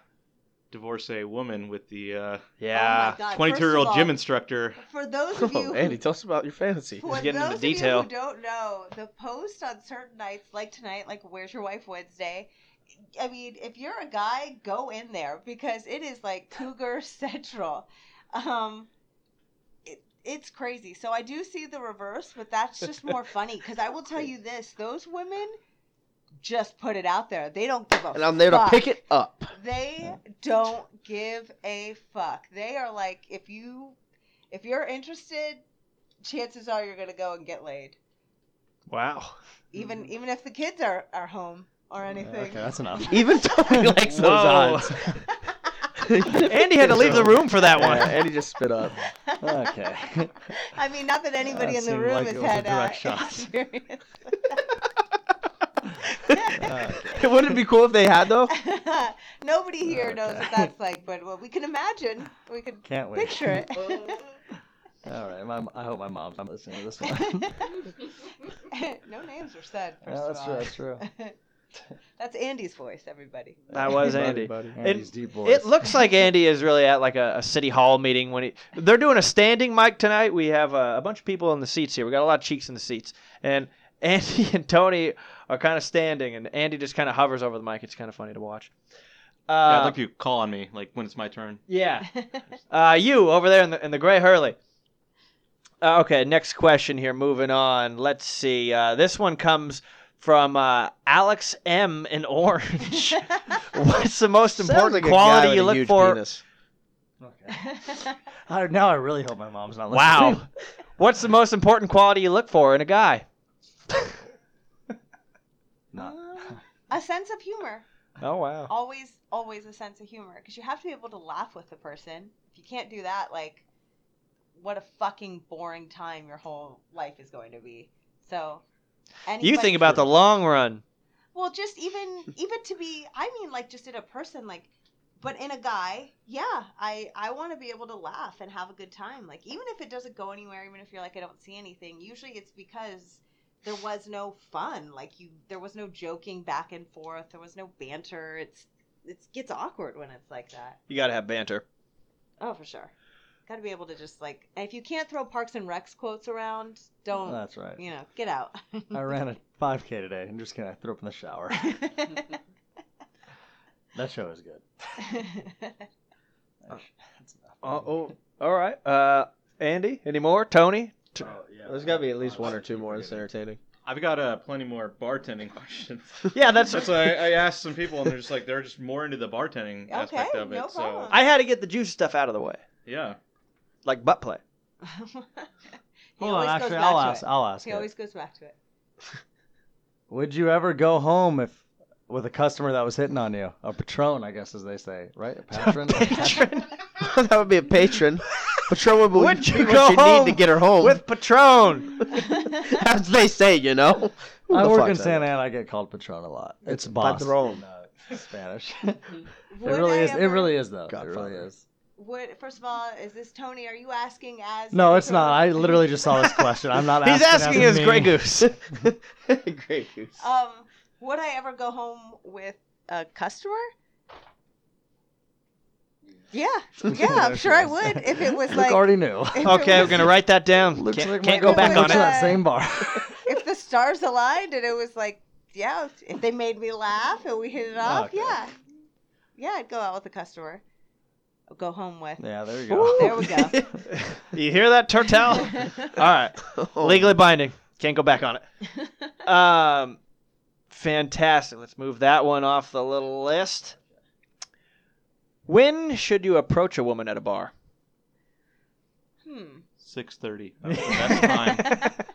Speaker 3: divorcee woman with the uh,
Speaker 2: Yeah.
Speaker 4: Oh my God.
Speaker 3: 22 year
Speaker 4: First
Speaker 3: old
Speaker 4: of
Speaker 3: gym
Speaker 4: all,
Speaker 3: instructor.
Speaker 4: For those of you
Speaker 7: Oh,
Speaker 4: who
Speaker 7: Andy, tell us about your fantasy.
Speaker 4: For
Speaker 2: getting into
Speaker 4: those of you
Speaker 2: detail.
Speaker 4: who don't know, the post on certain nights, like tonight, like Where's Your Wife Wednesday, I mean, if you're a guy, go in there because it is like Cougar Central. Um, it, it's crazy. So I do see the reverse, but that's just more funny because I will tell you this: those women just put it out there. They don't give a.
Speaker 7: And I'm there to
Speaker 4: fuck.
Speaker 7: pick it up.
Speaker 4: They don't give a fuck. They are like, if you, if you're interested, chances are you're gonna go and get laid.
Speaker 2: Wow.
Speaker 4: Even even if the kids are are home or anything.
Speaker 6: Mm-hmm. Okay, that's enough.
Speaker 7: Even Tony likes those
Speaker 2: Whoa.
Speaker 7: odds.
Speaker 2: Andy had to leave the room for that
Speaker 7: Yeah,
Speaker 2: one.
Speaker 7: and he just spit up.
Speaker 6: Okay.
Speaker 4: I mean, not that anybody
Speaker 6: That
Speaker 4: in the
Speaker 6: seemed
Speaker 4: room
Speaker 6: like
Speaker 4: has
Speaker 6: it was a
Speaker 4: had uh,
Speaker 6: direct shot.
Speaker 4: experience.
Speaker 5: Wouldn't it be cool if they had though?
Speaker 4: Nobody here knows what
Speaker 6: Uh, Okay.
Speaker 4: that's like, but well, we can imagine. We can
Speaker 6: Can't wait.
Speaker 4: picture it.
Speaker 6: All right. My, I hope my mom's not listening to this one.
Speaker 4: no names were said. First
Speaker 6: Yeah,
Speaker 4: of
Speaker 6: that's true. That's true.
Speaker 4: all. That's Andy's voice, everybody.
Speaker 2: That was Andy.
Speaker 6: Andy's deep voice.
Speaker 2: It looks like Andy is really at like a, a city hall meeting when he. They're doing a standing mic tonight. We have uh, a bunch of people in the seats here. We got a lot of cheeks in the seats, and Andy and Tony are kind of standing, and Andy just kind of hovers over the mic. It's kind of funny to watch.
Speaker 3: yeah, I'd
Speaker 2: Uh,
Speaker 3: like you to call on me, like when it's my turn.
Speaker 2: yeah. Uh, you over there in the in the gray Hurley. Uh, okay, next question here. Moving on. Let's see. Uh, this one comes from uh, Alex M in Orange. What's the most important quality you look for?
Speaker 6: Okay. I, now I really hope my mom's not listening.
Speaker 2: Wow. What's the most important quality you look for in a guy?
Speaker 6: Not.
Speaker 4: a sense of humor.
Speaker 2: Oh wow.
Speaker 4: Always, always a sense of humor because you have to be able to laugh with the person. If you can't do that, like, what a fucking boring time your whole life is going to be. So,
Speaker 2: You think about the long run.
Speaker 4: Well, just even even to be, I mean, like just in a person, like, but in a guy, yeah, I I want to be able to laugh and have a good time. Like even if it doesn't go anywhere, even if you're like I don't see anything, usually it's because there was no fun. Like you, there was no joking back and forth. There was no banter. It's it gets awkward when it's like that.
Speaker 2: You gotta have banter.
Speaker 4: Oh, for sure. Got to be able to just like if you can't throw Parks and Recs quotes around, don't
Speaker 6: That's right.
Speaker 4: you know get out.
Speaker 6: I ran a 5K today. I'm just kidding. I threw up in the shower. That show is good. That's enough.
Speaker 5: Uh oh.
Speaker 2: All right. Uh, Andy, any more? Tony. T-
Speaker 6: Oh, yeah.
Speaker 5: There's gotta be at least
Speaker 6: Oh,
Speaker 5: one or
Speaker 6: that's
Speaker 5: two more.
Speaker 6: pretty
Speaker 5: That's
Speaker 6: good.
Speaker 5: entertaining.
Speaker 3: I've got uh, plenty more bartending questions.
Speaker 2: Yeah, that's.
Speaker 3: That's why I, I asked some people, and they're just like they're just more into the bartending aspect
Speaker 4: Okay,
Speaker 3: of it.
Speaker 4: no
Speaker 3: so
Speaker 4: problem.
Speaker 2: I had to get the juice stuff out of the way,
Speaker 3: yeah,
Speaker 2: like butt play.
Speaker 4: He
Speaker 6: Hold
Speaker 4: always
Speaker 6: on,
Speaker 4: goes
Speaker 6: actually,
Speaker 4: back
Speaker 6: I'll
Speaker 4: to
Speaker 6: ask.
Speaker 4: it.
Speaker 6: I'll ask.
Speaker 4: He
Speaker 6: it.
Speaker 4: always goes back to it.
Speaker 6: Would you ever go home if with a customer that was hitting on you? A patron, I guess, as they say, right? A patron.
Speaker 2: Patron
Speaker 5: that would be a patron. Patron would,
Speaker 2: Would
Speaker 5: be
Speaker 2: you
Speaker 5: what
Speaker 2: go
Speaker 5: you
Speaker 2: home
Speaker 5: need to get her home.
Speaker 2: with Patron.
Speaker 5: As they say, you know. Who
Speaker 6: I
Speaker 5: the
Speaker 6: work
Speaker 5: fuck
Speaker 6: in
Speaker 5: says
Speaker 6: Santa
Speaker 5: that?
Speaker 6: Ana. I get called patron a lot. It's boss.
Speaker 5: Padron.
Speaker 6: in, uh, Spanish. it
Speaker 4: Would
Speaker 6: really
Speaker 4: I
Speaker 6: is. It
Speaker 4: ever-
Speaker 6: really is though. It
Speaker 5: Godfather.
Speaker 6: really is.
Speaker 4: Would, first of all, is this Tony? Are you asking as?
Speaker 6: No, it's not. I literally just saw this question. I'm not.
Speaker 2: He's asking
Speaker 6: as
Speaker 2: his
Speaker 6: me.
Speaker 2: Grey Goose.
Speaker 5: Great goose.
Speaker 4: Um, would I ever go home with a customer? Yeah, yeah, I'm sure I would if it was
Speaker 6: Luke
Speaker 4: like.
Speaker 6: already knew.
Speaker 4: if it
Speaker 2: Okay, we're
Speaker 4: was-
Speaker 2: gonna write that down.
Speaker 6: Looks
Speaker 2: Can't,
Speaker 6: like
Speaker 2: can't
Speaker 6: my
Speaker 2: go back on
Speaker 6: girlfriend went to
Speaker 2: it.
Speaker 6: that same bar.
Speaker 4: If the stars aligned and it was like, yeah, if they made me laugh and we hit it off,
Speaker 6: Okay.
Speaker 4: yeah, yeah, I'd go out with a customer. Go home with.
Speaker 6: yeah, there you go.
Speaker 4: There we go.
Speaker 2: You hear that, Turtle? All right.
Speaker 6: Oh.
Speaker 2: Legally binding. Can't go back on it. um, fantastic. Let's move that one off the little list. When should you approach a woman at a bar?
Speaker 4: Hmm.
Speaker 3: six thirty. Oh, That's time.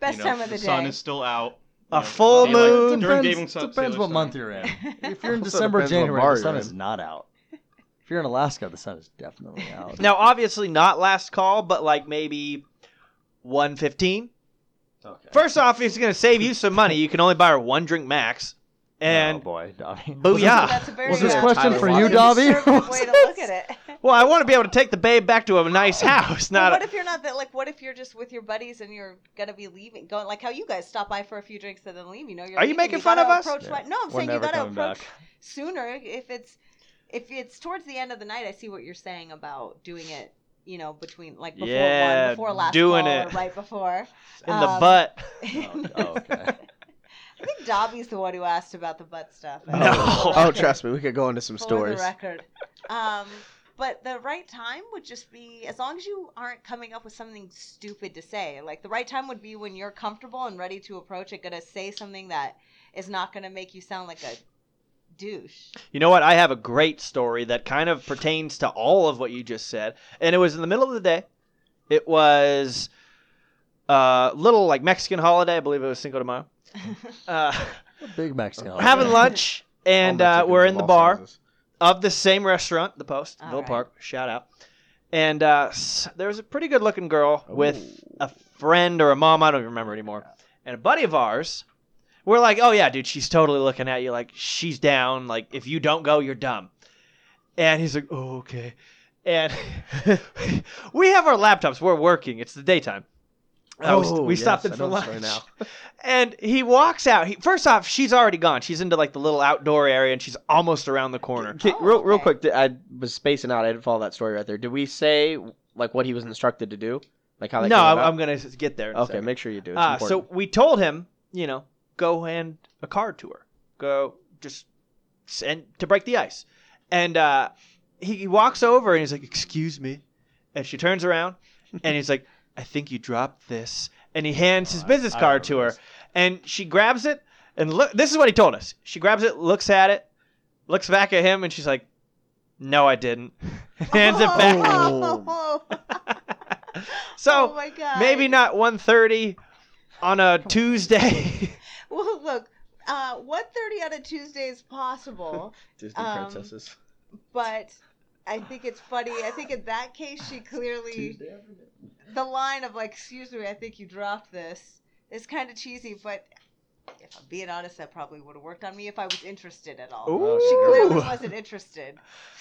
Speaker 4: Best
Speaker 3: You know,
Speaker 4: time of the,
Speaker 3: The
Speaker 4: day.
Speaker 3: sun is still out.
Speaker 2: A
Speaker 3: you know,
Speaker 2: full
Speaker 3: daylight-
Speaker 2: moon.
Speaker 3: during
Speaker 6: Depends,
Speaker 3: gaming sun-
Speaker 6: depends
Speaker 3: sailor
Speaker 6: what
Speaker 3: sun.
Speaker 6: month you're in. If you're in
Speaker 5: Also
Speaker 6: December,
Speaker 5: depends what
Speaker 6: January,
Speaker 5: bar
Speaker 6: the sun
Speaker 5: you're
Speaker 6: is
Speaker 5: in.
Speaker 6: not out. If you're in Alaska, the sun is definitely out.
Speaker 2: Now, obviously not last call, but like maybe 115.
Speaker 6: Okay.
Speaker 2: First off, it's going to save you some money. You can only buy her one drink max.
Speaker 6: oh
Speaker 2: And,
Speaker 6: boy, Dobby.
Speaker 2: booyah.
Speaker 4: That's a very,
Speaker 6: Was this
Speaker 4: uh,
Speaker 6: question
Speaker 5: Tyler
Speaker 6: for you,
Speaker 5: Watkins.
Speaker 6: Dobby?
Speaker 4: conservative way to look at it.
Speaker 2: well, I want to be able to take the babe back to a nice house.
Speaker 4: But
Speaker 2: Not
Speaker 4: what
Speaker 2: a,
Speaker 4: if you're not that? Like, what if you're just with your buddies and you're gonna be leaving, going like how you guys stop by for a few drinks and then leave? You know, you're
Speaker 2: Are you
Speaker 4: leaving,
Speaker 2: making fun of
Speaker 4: gotta
Speaker 2: us?
Speaker 4: approach
Speaker 6: Yeah.
Speaker 4: my- no, I'm
Speaker 6: We're
Speaker 4: saying you
Speaker 6: never
Speaker 4: gotta
Speaker 6: coming
Speaker 4: approach
Speaker 6: back.
Speaker 4: sooner if it's if it's towards the end of the night. I see what you're saying about doing it. You know, between like before
Speaker 2: Yeah,
Speaker 4: one, before last
Speaker 2: doing
Speaker 4: call,
Speaker 2: it.
Speaker 4: or right before.
Speaker 2: in the
Speaker 4: um,
Speaker 2: butt.
Speaker 6: Oh, oh, okay.
Speaker 4: I think Dobby's the one who asked about the butt stuff.
Speaker 2: No. Oh,
Speaker 5: Oh, trust me, we could go into some
Speaker 4: for
Speaker 5: stories.
Speaker 4: the record. Um, But the right time would just be as long as you aren't coming up with something stupid to say. Like the right time would be when you're comfortable and ready to approach it, gonna say something that is not gonna make you sound like a douche.
Speaker 2: You know what? I have a great story that kind of pertains to all of what you just said. And it was in the middle of the day. It was uh, little like Mexican holiday. I believe it was Cinco de Mayo. Uh,
Speaker 6: Big Mexican.
Speaker 2: we're having lunch, and
Speaker 5: All
Speaker 2: uh,
Speaker 5: Mexicans
Speaker 2: we're
Speaker 5: of
Speaker 2: in the
Speaker 5: all
Speaker 2: bar
Speaker 5: sizes.
Speaker 2: of the same restaurant, the Post,
Speaker 4: All
Speaker 2: Ville
Speaker 4: right.
Speaker 2: Park. Shout out. And uh, s- there was a pretty good looking girl with a friend or a mom, I don't even remember anymore, and a buddy of ours. We're like, oh yeah, dude, she's totally looking at you like she's down. Like if you don't go, you're dumb. And he's like, oh okay. And we have our laptops. We're working. It's the daytime. Uh, we,
Speaker 5: Oh,
Speaker 2: we stopped in
Speaker 5: yes, I
Speaker 2: for
Speaker 5: know the story
Speaker 2: lunch.
Speaker 5: now.
Speaker 2: And he walks out. He, first off, she's already gone. She's into like the little outdoor area, and she's almost around the corner.
Speaker 7: Okay, real, real
Speaker 4: okay.
Speaker 7: quick, th- I was spacing out. I didn't follow that story right there. Did we say like what he was instructed to do? Like how that
Speaker 2: No,
Speaker 7: came
Speaker 2: I'm,
Speaker 7: about?
Speaker 2: I'm gonna s- get there. In a
Speaker 7: okay.
Speaker 2: second.
Speaker 7: Make sure you do. It's
Speaker 2: Ah, so
Speaker 7: important.
Speaker 2: we told him, you know, go hand a card to her. Go just and to break the ice. And uh, he, he walks over and he's like, "Excuse me," and she turns around and he's like, "I think you dropped this." And he
Speaker 7: Oh,
Speaker 2: hands his business
Speaker 3: I
Speaker 2: card
Speaker 3: remember
Speaker 2: to her,
Speaker 3: this.
Speaker 2: and she grabs it and look. This is what he told us. She grabs it, looks at it, looks back at him, and she's like, "No, I didn't." hands it back.
Speaker 4: Oh,
Speaker 2: so
Speaker 4: oh my God.
Speaker 2: maybe not 1.30 on a Tuesday.
Speaker 4: Well, look, uh, one thirty on a Tuesday is possible,
Speaker 5: Disney
Speaker 4: um,
Speaker 5: princesses.
Speaker 4: but I think it's funny. I think in that case, she clearly the line of like, "Excuse me, I think you dropped this," is kind of cheesy, but. If I'm being honest, that probably would have worked on me if I was interested at all. Oh, She clearly wasn't interested.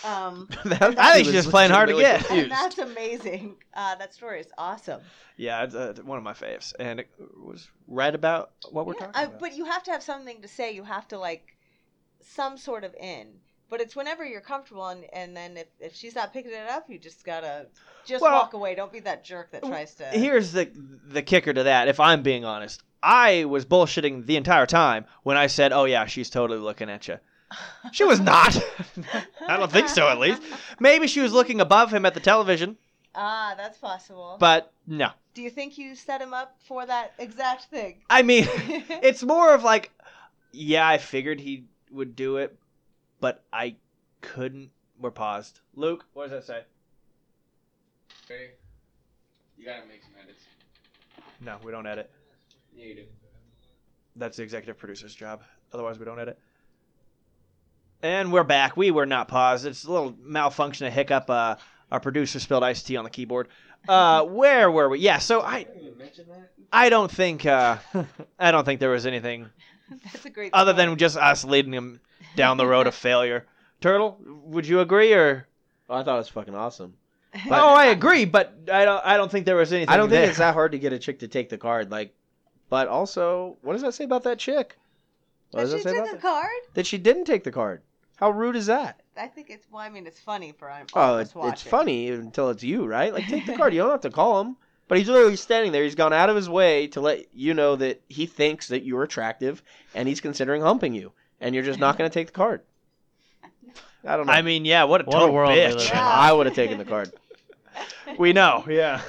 Speaker 4: Um,
Speaker 2: That- I think she's just playing hard to
Speaker 7: legitimately
Speaker 2: get.
Speaker 7: confused.
Speaker 4: and that's amazing. Uh, that story is awesome.
Speaker 2: Yeah, it's uh, one of my faves, and it was right about what we're
Speaker 4: Yeah,
Speaker 2: talking
Speaker 4: I-
Speaker 2: about.
Speaker 4: But you have to have something to say. You have to like some sort of in. But it's whenever you're comfortable, and, and then if, if she's not picking it up, you just gotta just
Speaker 2: Well-
Speaker 4: walk away. Don't be that jerk that tries to.
Speaker 2: Here's the the kicker to that. If I'm being honest, I was bullshitting the entire time when I said, "Oh yeah, she's totally looking at you." She was not. I don't think so. At least maybe she was looking above him at the television,
Speaker 4: Ah, that's possible.
Speaker 2: but no.
Speaker 4: do you think you set him up for that exact thing?
Speaker 2: I mean, it's more of like, yeah, I figured he would do it, but I couldn't. We're paused. Luke, what does that say?
Speaker 8: Okay. You gotta make some edits.
Speaker 2: No, we don't edit.
Speaker 8: Yeah, you do.
Speaker 2: That's the executive producer's job. Otherwise, we don't edit. And we're back. We were not paused. It's a little malfunction, a hiccup. Uh, our producer spilled iced tea on the keyboard. Uh, where were we? Yeah. So I,
Speaker 8: didn't even mention that.
Speaker 2: I don't think, uh, I don't think there was anything
Speaker 4: that's a great.
Speaker 2: other
Speaker 4: story.
Speaker 2: than just us leading him down the road of failure. Turtle, would you agree or?
Speaker 7: Oh, I thought it was fucking awesome.
Speaker 2: oh, I agree, but I don't. I don't think there was anything.
Speaker 7: I don't think
Speaker 2: there.
Speaker 7: it's that hard to get a chick to take the card. Like, but also, what does that say about that chick? What
Speaker 4: But
Speaker 7: does
Speaker 4: she
Speaker 7: that say
Speaker 4: took
Speaker 7: about
Speaker 4: a
Speaker 7: that?
Speaker 4: card.
Speaker 7: That she didn't take the card. How rude is that?
Speaker 4: I think it's. Well, I mean, it's funny for all
Speaker 7: Oh,
Speaker 4: of us
Speaker 7: it,
Speaker 4: watching.
Speaker 7: it's funny until it's you, right? Like, take the card. You don't have to call him. But he's literally standing there. He's gone out of his way to let you know that he thinks that you're attractive, and he's considering humping you, and you're just not going to take the card. I don't know.
Speaker 2: I mean, yeah. What a
Speaker 6: What a
Speaker 2: total
Speaker 6: world we live
Speaker 2: bitch.
Speaker 6: in.
Speaker 7: I would have taken the card.
Speaker 2: We know. Yeah.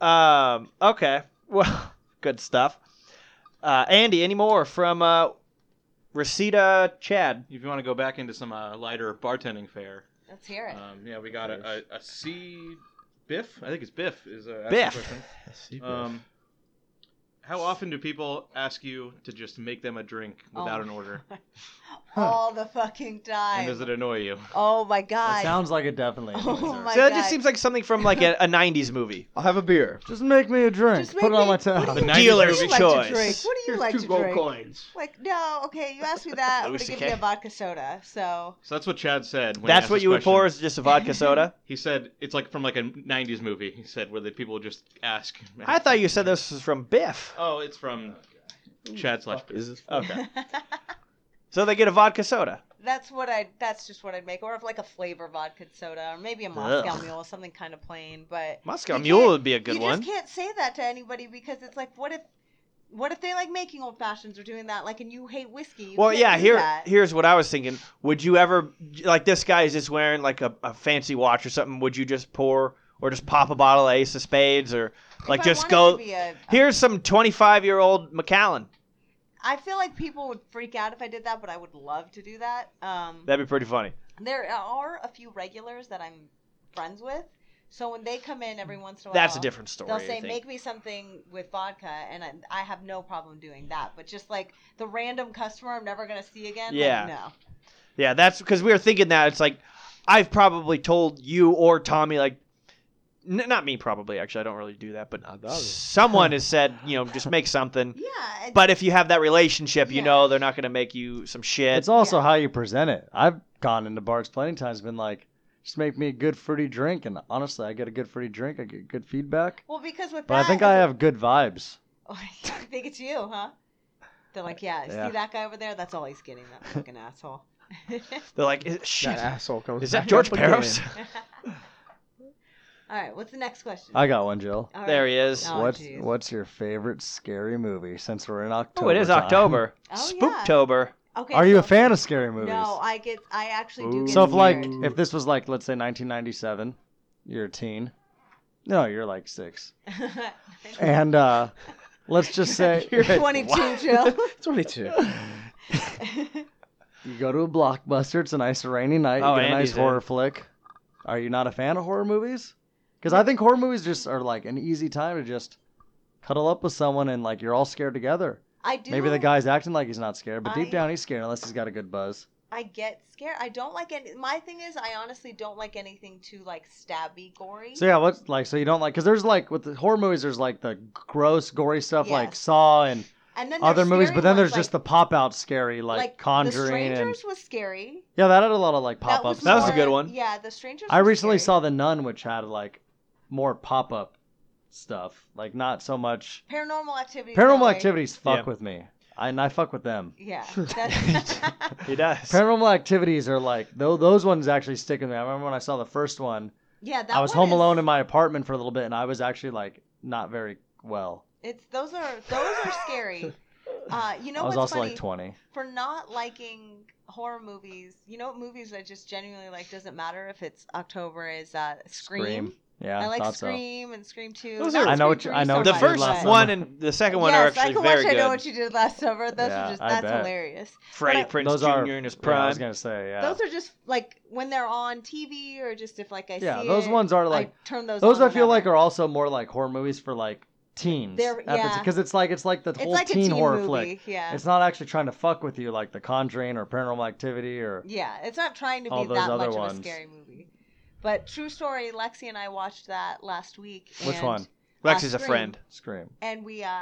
Speaker 2: Um. Okay. Well, good stuff. Uh, Andy, any more from uh, Reseda Chad?
Speaker 3: If you want to go back into some uh, lighter bartending fare,
Speaker 4: Let's hear it.
Speaker 3: um, yeah, we got a, a, a C. Biff, I think it's Biff. Is uh, asking
Speaker 2: Biff.
Speaker 3: the question. Um, how often do people ask you to just make them a drink without
Speaker 4: Oh.
Speaker 3: an order,
Speaker 4: all the fucking
Speaker 3: and
Speaker 4: time.
Speaker 3: does it annoy you?
Speaker 4: Oh my
Speaker 6: That
Speaker 4: god.
Speaker 6: sounds like it definitely.
Speaker 4: Oh
Speaker 6: is.
Speaker 4: my
Speaker 2: so that just
Speaker 4: God.
Speaker 2: seems like something from like a, a '90s movie.
Speaker 5: I'll have a beer.
Speaker 6: Just make me a drink.
Speaker 4: Just
Speaker 6: Put it
Speaker 4: make
Speaker 6: on
Speaker 4: me-
Speaker 6: my
Speaker 4: what do
Speaker 6: tab.
Speaker 4: you-
Speaker 2: dealer's
Speaker 4: what do you like to drink?
Speaker 2: choice.
Speaker 4: What do you like to drink?
Speaker 5: coins.
Speaker 4: Like, no, okay, you asked me that. I'm gonna
Speaker 2: Lucy
Speaker 4: give
Speaker 2: K.
Speaker 4: you a vodka soda. So
Speaker 3: So that's what Chad said. When he
Speaker 2: That's
Speaker 3: asked
Speaker 2: what
Speaker 3: this
Speaker 2: you would
Speaker 3: question.
Speaker 2: pour is just a vodka soda.
Speaker 3: He said it's like from like a '90s movie. He said where the people would just ask.
Speaker 2: I thought you said this was from Biff.
Speaker 3: Oh, it's from Chad slash Biff.
Speaker 5: Is this
Speaker 2: Okay. so they get a vodka soda.
Speaker 4: that's what I. That's just what I'd make, or if like a flavor vodka soda, or maybe a Moscow
Speaker 2: Ugh.
Speaker 4: Mule, something kind of plain. But
Speaker 2: Moscow
Speaker 4: You
Speaker 2: Mule
Speaker 4: can't-
Speaker 2: would be a good
Speaker 4: you
Speaker 2: one.
Speaker 4: just can't say that to anybody because it's like, what if? What if they like making old fashions or doing that? Like, and you hate whiskey. You
Speaker 2: Well,
Speaker 4: can't
Speaker 2: yeah.
Speaker 4: do
Speaker 2: Here,
Speaker 4: that.
Speaker 2: here's what I was thinking. Would you ever like this guy is just wearing like a, a fancy watch or something? Would you just pour or just pop a bottle of Ace of Spades or
Speaker 4: If
Speaker 2: like
Speaker 4: I
Speaker 2: just
Speaker 4: wanted
Speaker 2: go?
Speaker 4: to be a- a-
Speaker 2: Here's some 25 year old McAllen.
Speaker 4: I feel like people would freak out if I did that, but I would love to do that. Um,
Speaker 2: That'd be pretty funny.
Speaker 4: there are a few regulars that I'm friends with, so when they come in every once in a while,
Speaker 2: That's a different story.
Speaker 4: They'll
Speaker 2: I
Speaker 4: say,
Speaker 2: think.
Speaker 4: "Make me something with vodka," and I, I have no problem doing that. But just like the random customer I'm never gonna see again, like,
Speaker 2: Yeah.
Speaker 4: no.
Speaker 2: Yeah, that's because we were thinking that it's like I've probably told you or Tommy like. N- not me, probably. Actually, I don't really do that, but someone has said, you know, just make something.
Speaker 4: Yeah, I-
Speaker 2: But if you have that relationship, you
Speaker 4: Yeah.
Speaker 2: know they're not going to make you some shit.
Speaker 6: It's also how you present it. I've gone into bars plenty of times, been like, just make me a good fruity drink, and honestly, I get a good fruity drink, I get good feedback.
Speaker 4: well, because with
Speaker 6: But I
Speaker 4: that,
Speaker 6: think
Speaker 4: it's
Speaker 6: I
Speaker 4: like-
Speaker 6: have good vibes.
Speaker 4: Oh, I think it's you, huh? They're like, yeah,
Speaker 6: Yeah.
Speaker 4: see that guy over there? That's all he's getting, that fucking asshole.
Speaker 2: They're like, "Eh, shit,
Speaker 5: That asshole comes.
Speaker 2: is that
Speaker 5: back
Speaker 2: George
Speaker 5: up again.
Speaker 2: Peros?
Speaker 4: all right, what's the next question?
Speaker 6: I got one, Jill.
Speaker 4: All
Speaker 2: There
Speaker 4: right.
Speaker 2: he is.
Speaker 4: Oh,
Speaker 6: what's
Speaker 4: jeez.
Speaker 6: what's your favorite scary movie? Since we're in October.
Speaker 2: Oh, it is
Speaker 6: time.
Speaker 2: October.
Speaker 4: Oh, yeah.
Speaker 2: Spooktober.
Speaker 4: Okay,
Speaker 6: Are you
Speaker 4: so-
Speaker 6: a fan of scary movies?
Speaker 4: No, I get, I actually do. Get
Speaker 6: So if like
Speaker 4: scared.
Speaker 6: if this was like let's say 1997, you're a teen. No, you're like six. And uh let's just say
Speaker 4: twenty-two, Jill.
Speaker 5: Twenty-two.
Speaker 6: you go to a blockbuster. It's a nice rainy night.
Speaker 2: Oh,
Speaker 6: you get a
Speaker 2: Andy's
Speaker 6: nice
Speaker 2: in.
Speaker 6: horror flick. Are you not a fan of horror movies? Because I think horror movies just are like an easy time to just cuddle up with someone and like you're all scared together.
Speaker 4: I do.
Speaker 6: Maybe the guy's acting like he's not scared, but deep
Speaker 4: I-
Speaker 6: down he's scared unless he's got a good buzz.
Speaker 4: I get scared. I don't like any. My thing is, I honestly don't like anything too like stabby, gory.
Speaker 6: So yeah, what's like so you don't like because there's like with the horror movies there's like the gross gory stuff like
Speaker 4: Yes.
Speaker 6: Saw and
Speaker 4: and then
Speaker 6: other
Speaker 4: there's
Speaker 6: movies,
Speaker 4: scary
Speaker 6: but then
Speaker 4: ones,
Speaker 6: there's
Speaker 4: like-
Speaker 6: just the pop out scary like,
Speaker 4: The
Speaker 6: Conjuring and
Speaker 4: Strangers was scary.
Speaker 6: yeah, that had a lot of like
Speaker 4: That
Speaker 6: pop ups.
Speaker 2: That was a good one.
Speaker 4: Yeah, the Strangers.
Speaker 6: I
Speaker 4: was
Speaker 6: recently
Speaker 4: scary.
Speaker 6: saw The Nun, which had like more pop up stuff, like not so much
Speaker 4: Paranormal Activity.
Speaker 6: Paranormal
Speaker 4: like-
Speaker 6: Activities. Fuck
Speaker 2: Yeah.
Speaker 6: with me, I, and I fuck with them.
Speaker 4: Yeah. That's...
Speaker 2: He does.
Speaker 6: Paranormal Activities are like though those ones actually stick with me. I remember when I saw the first one,
Speaker 4: yeah. That
Speaker 6: I was
Speaker 4: one
Speaker 6: home
Speaker 4: is-
Speaker 6: alone in my apartment for a little bit, and I was actually like not very well.
Speaker 4: It's those are those are scary. Uh, you know
Speaker 6: I was
Speaker 4: what's
Speaker 6: also
Speaker 4: funny?
Speaker 6: like twenty.
Speaker 4: for not liking horror movies, you know what movies I just genuinely like doesn't matter if it's October is uh Scream.
Speaker 6: Yeah,
Speaker 4: I like
Speaker 6: thought
Speaker 4: Scream and Scream Two.
Speaker 2: Those
Speaker 4: Not
Speaker 2: are- I
Speaker 6: know what
Speaker 4: Scream
Speaker 6: you- I
Speaker 4: 3
Speaker 6: know
Speaker 4: so
Speaker 6: what
Speaker 2: the
Speaker 6: you
Speaker 4: much,
Speaker 6: did
Speaker 2: first
Speaker 6: last
Speaker 4: but-
Speaker 6: summer.
Speaker 2: one and the second one are
Speaker 4: yes, I
Speaker 2: actually
Speaker 4: can
Speaker 2: very
Speaker 4: watch I know
Speaker 2: good.
Speaker 4: what you did last summer. Those
Speaker 6: Yeah,
Speaker 4: are just
Speaker 6: I
Speaker 4: that's
Speaker 6: bet.
Speaker 4: hilarious.
Speaker 2: Freddie
Speaker 4: But I-
Speaker 6: so.
Speaker 2: Prince
Speaker 6: Those
Speaker 2: Jr.
Speaker 6: are
Speaker 2: in his
Speaker 6: yeah, I
Speaker 2: prime.
Speaker 6: was gonna say yeah.
Speaker 4: Those are just like when they're on TV or just if like I
Speaker 6: Yeah,
Speaker 4: see
Speaker 6: those
Speaker 4: it,
Speaker 6: ones are
Speaker 4: I
Speaker 6: like-
Speaker 4: turn those.
Speaker 6: Those
Speaker 4: on
Speaker 6: I feel like
Speaker 4: whenever.
Speaker 6: are also more like horror movies for like teens.
Speaker 4: They're- yeah.
Speaker 6: Because it's like it's like the
Speaker 4: it's
Speaker 6: whole
Speaker 4: like
Speaker 6: teen,
Speaker 4: a teen
Speaker 6: horror
Speaker 4: movie.
Speaker 6: flick.
Speaker 4: Yeah,
Speaker 6: It's not actually trying to fuck with you like The Conjuring or Paranormal Activity or
Speaker 4: Yeah, it's not trying to
Speaker 6: All
Speaker 4: be
Speaker 6: those
Speaker 4: that
Speaker 6: other
Speaker 4: much of
Speaker 6: ones.
Speaker 4: a scary movie. But true story, Lexi and I watched that last week.
Speaker 6: Which
Speaker 4: and,
Speaker 6: one?
Speaker 2: Lexi's a
Speaker 4: uh,
Speaker 2: friend.
Speaker 6: Scream.
Speaker 4: And we, uh,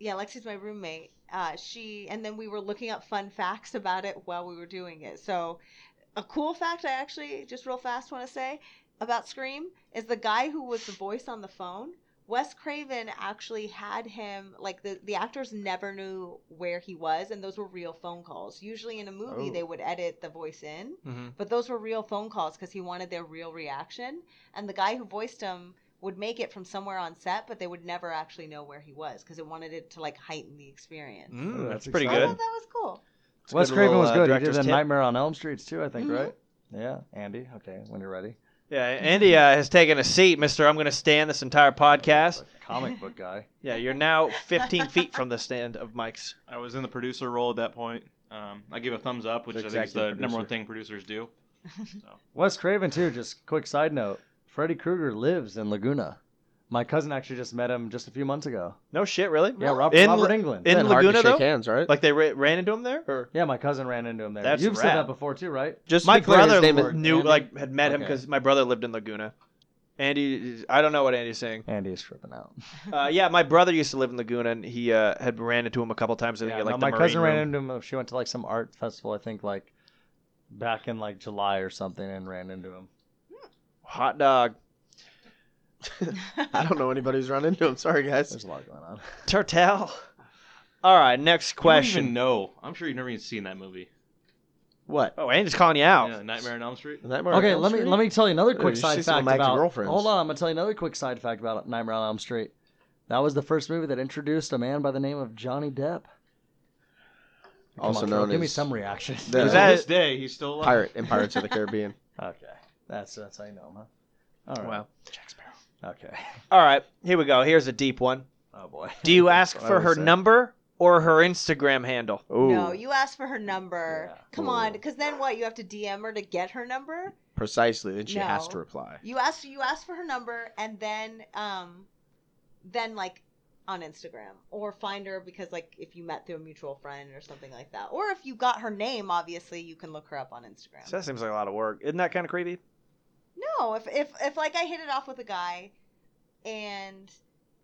Speaker 4: yeah, Lexi's my roommate. Uh, she and then we were looking up fun facts about it while we were doing it. So, a cool fact I actually just real fast want to say about Scream is the guy who was the voice on the phone. Wes Craven actually had him like the the actors never knew where he was, and those were real phone calls. Usually in a movie,
Speaker 6: Oh.
Speaker 4: they would edit the voice in.
Speaker 2: Mhm.
Speaker 4: But those were real phone calls because he wanted their real reaction. And the guy who voiced him would make it from somewhere on set, but they would never actually know where he was because it wanted it to like heighten the experience.
Speaker 2: Mm,
Speaker 6: Oh,
Speaker 2: that's
Speaker 6: that's
Speaker 2: pretty
Speaker 4: I thought
Speaker 2: good.
Speaker 4: that was cool.
Speaker 2: It's a
Speaker 6: Wes
Speaker 2: good
Speaker 6: Craven
Speaker 2: little,
Speaker 6: was
Speaker 2: uh,
Speaker 6: good. he did
Speaker 2: director's
Speaker 6: the
Speaker 2: tip.
Speaker 6: Nightmare on Elm Streets too, I think,
Speaker 4: Mhm.
Speaker 6: right? Yeah, Andy. Okay, when you're ready.
Speaker 2: Yeah, Andy uh, has taken a seat, Mister. I'm going to stand this entire podcast.
Speaker 6: Comic book guy.
Speaker 2: Yeah, you're now 15 feet from the stand of Mike's.
Speaker 3: I was in the producer role at that point. Um, I gave a thumbs up, which I think is
Speaker 5: Executive
Speaker 3: the number one
Speaker 5: producer.
Speaker 3: thing producers do.
Speaker 6: Wes Craven too. Just quick side note: Freddy Krueger lives in Laguna. My cousin actually just met him just a few months ago.
Speaker 2: No shit, really?
Speaker 6: Yeah, Rob,
Speaker 2: In
Speaker 6: Robert
Speaker 2: La-
Speaker 6: England.
Speaker 2: in
Speaker 5: Then hard to
Speaker 2: Laguna,
Speaker 5: shake
Speaker 2: though?
Speaker 5: hands, right?
Speaker 2: Like they ra- ran into him there, or
Speaker 6: yeah, my cousin ran into him there.
Speaker 2: That's
Speaker 6: You've
Speaker 2: rad.
Speaker 6: said that before too, right?
Speaker 5: just
Speaker 2: my
Speaker 5: to be clear,
Speaker 2: brother
Speaker 5: his name is-
Speaker 2: knew,
Speaker 6: Andy?
Speaker 2: like, had met him
Speaker 6: Okay.
Speaker 2: because my brother lived in Laguna. Andy, is- I don't know what Andy's saying.
Speaker 6: Andy is tripping out.
Speaker 2: Uh, yeah, my brother used to live in Laguna, and he uh, had ran into him a couple times. I think
Speaker 6: Yeah,
Speaker 2: at, like
Speaker 6: no,
Speaker 2: the
Speaker 6: my
Speaker 2: Marine
Speaker 6: cousin ran
Speaker 2: Room.
Speaker 6: into him. She went to like some art festival, I think, like back in like July or something, and ran into him.
Speaker 2: hot dog
Speaker 5: I don't know anybody who's run into him. Sorry, guys.
Speaker 6: There's a lot going on.
Speaker 2: turtle. All right, next
Speaker 3: You don't even
Speaker 2: question.
Speaker 3: know. I'm sure you've never even seen that movie.
Speaker 5: What?
Speaker 2: Oh, Andy's calling you out.
Speaker 3: Yeah, Nightmare on Elm Street.
Speaker 5: Nightmare on
Speaker 6: Okay,
Speaker 5: Elm
Speaker 6: let me
Speaker 5: Street?
Speaker 6: let me tell you another
Speaker 5: Dude,
Speaker 6: quick
Speaker 5: you
Speaker 6: side
Speaker 5: should see my
Speaker 6: fact
Speaker 5: Magic
Speaker 6: about.
Speaker 5: Girlfriends.
Speaker 6: Hold on, I'm gonna tell you another quick side fact about Nightmare on Elm Street. That was the first movie that introduced a man by the name of Johnny Depp. Come
Speaker 7: Also
Speaker 6: on,
Speaker 7: known
Speaker 6: Phil, give me
Speaker 7: as-
Speaker 6: some reaction.
Speaker 7: The-
Speaker 3: to
Speaker 2: that-
Speaker 3: this day, he's still alive.
Speaker 7: Pirate and Pirates of the Caribbean.
Speaker 6: Okay, that's that's how you know him, huh? All right.
Speaker 2: Wow.
Speaker 6: Okay.
Speaker 2: All right, here we go. Here's a deep one.
Speaker 6: Oh boy.
Speaker 2: Do you ask
Speaker 7: what I
Speaker 2: for
Speaker 7: would
Speaker 2: her
Speaker 7: say.
Speaker 2: number or her Instagram handle?
Speaker 7: Ooh,
Speaker 4: No, you asked for her number.
Speaker 6: Yeah.
Speaker 4: Come on, because then what? You have to DM her to get her number.
Speaker 7: precisely. Then she has
Speaker 4: No.
Speaker 7: to reply.
Speaker 4: You asked. You asked for her number, and then, um, then like on Instagram or find her because like if you met through a mutual friend or something like that, or if you got her name, obviously you can look her up on Instagram.
Speaker 2: So that seems like a lot of work. Isn't that kind of creepy?
Speaker 4: No, if if if like I hit it off with a guy, and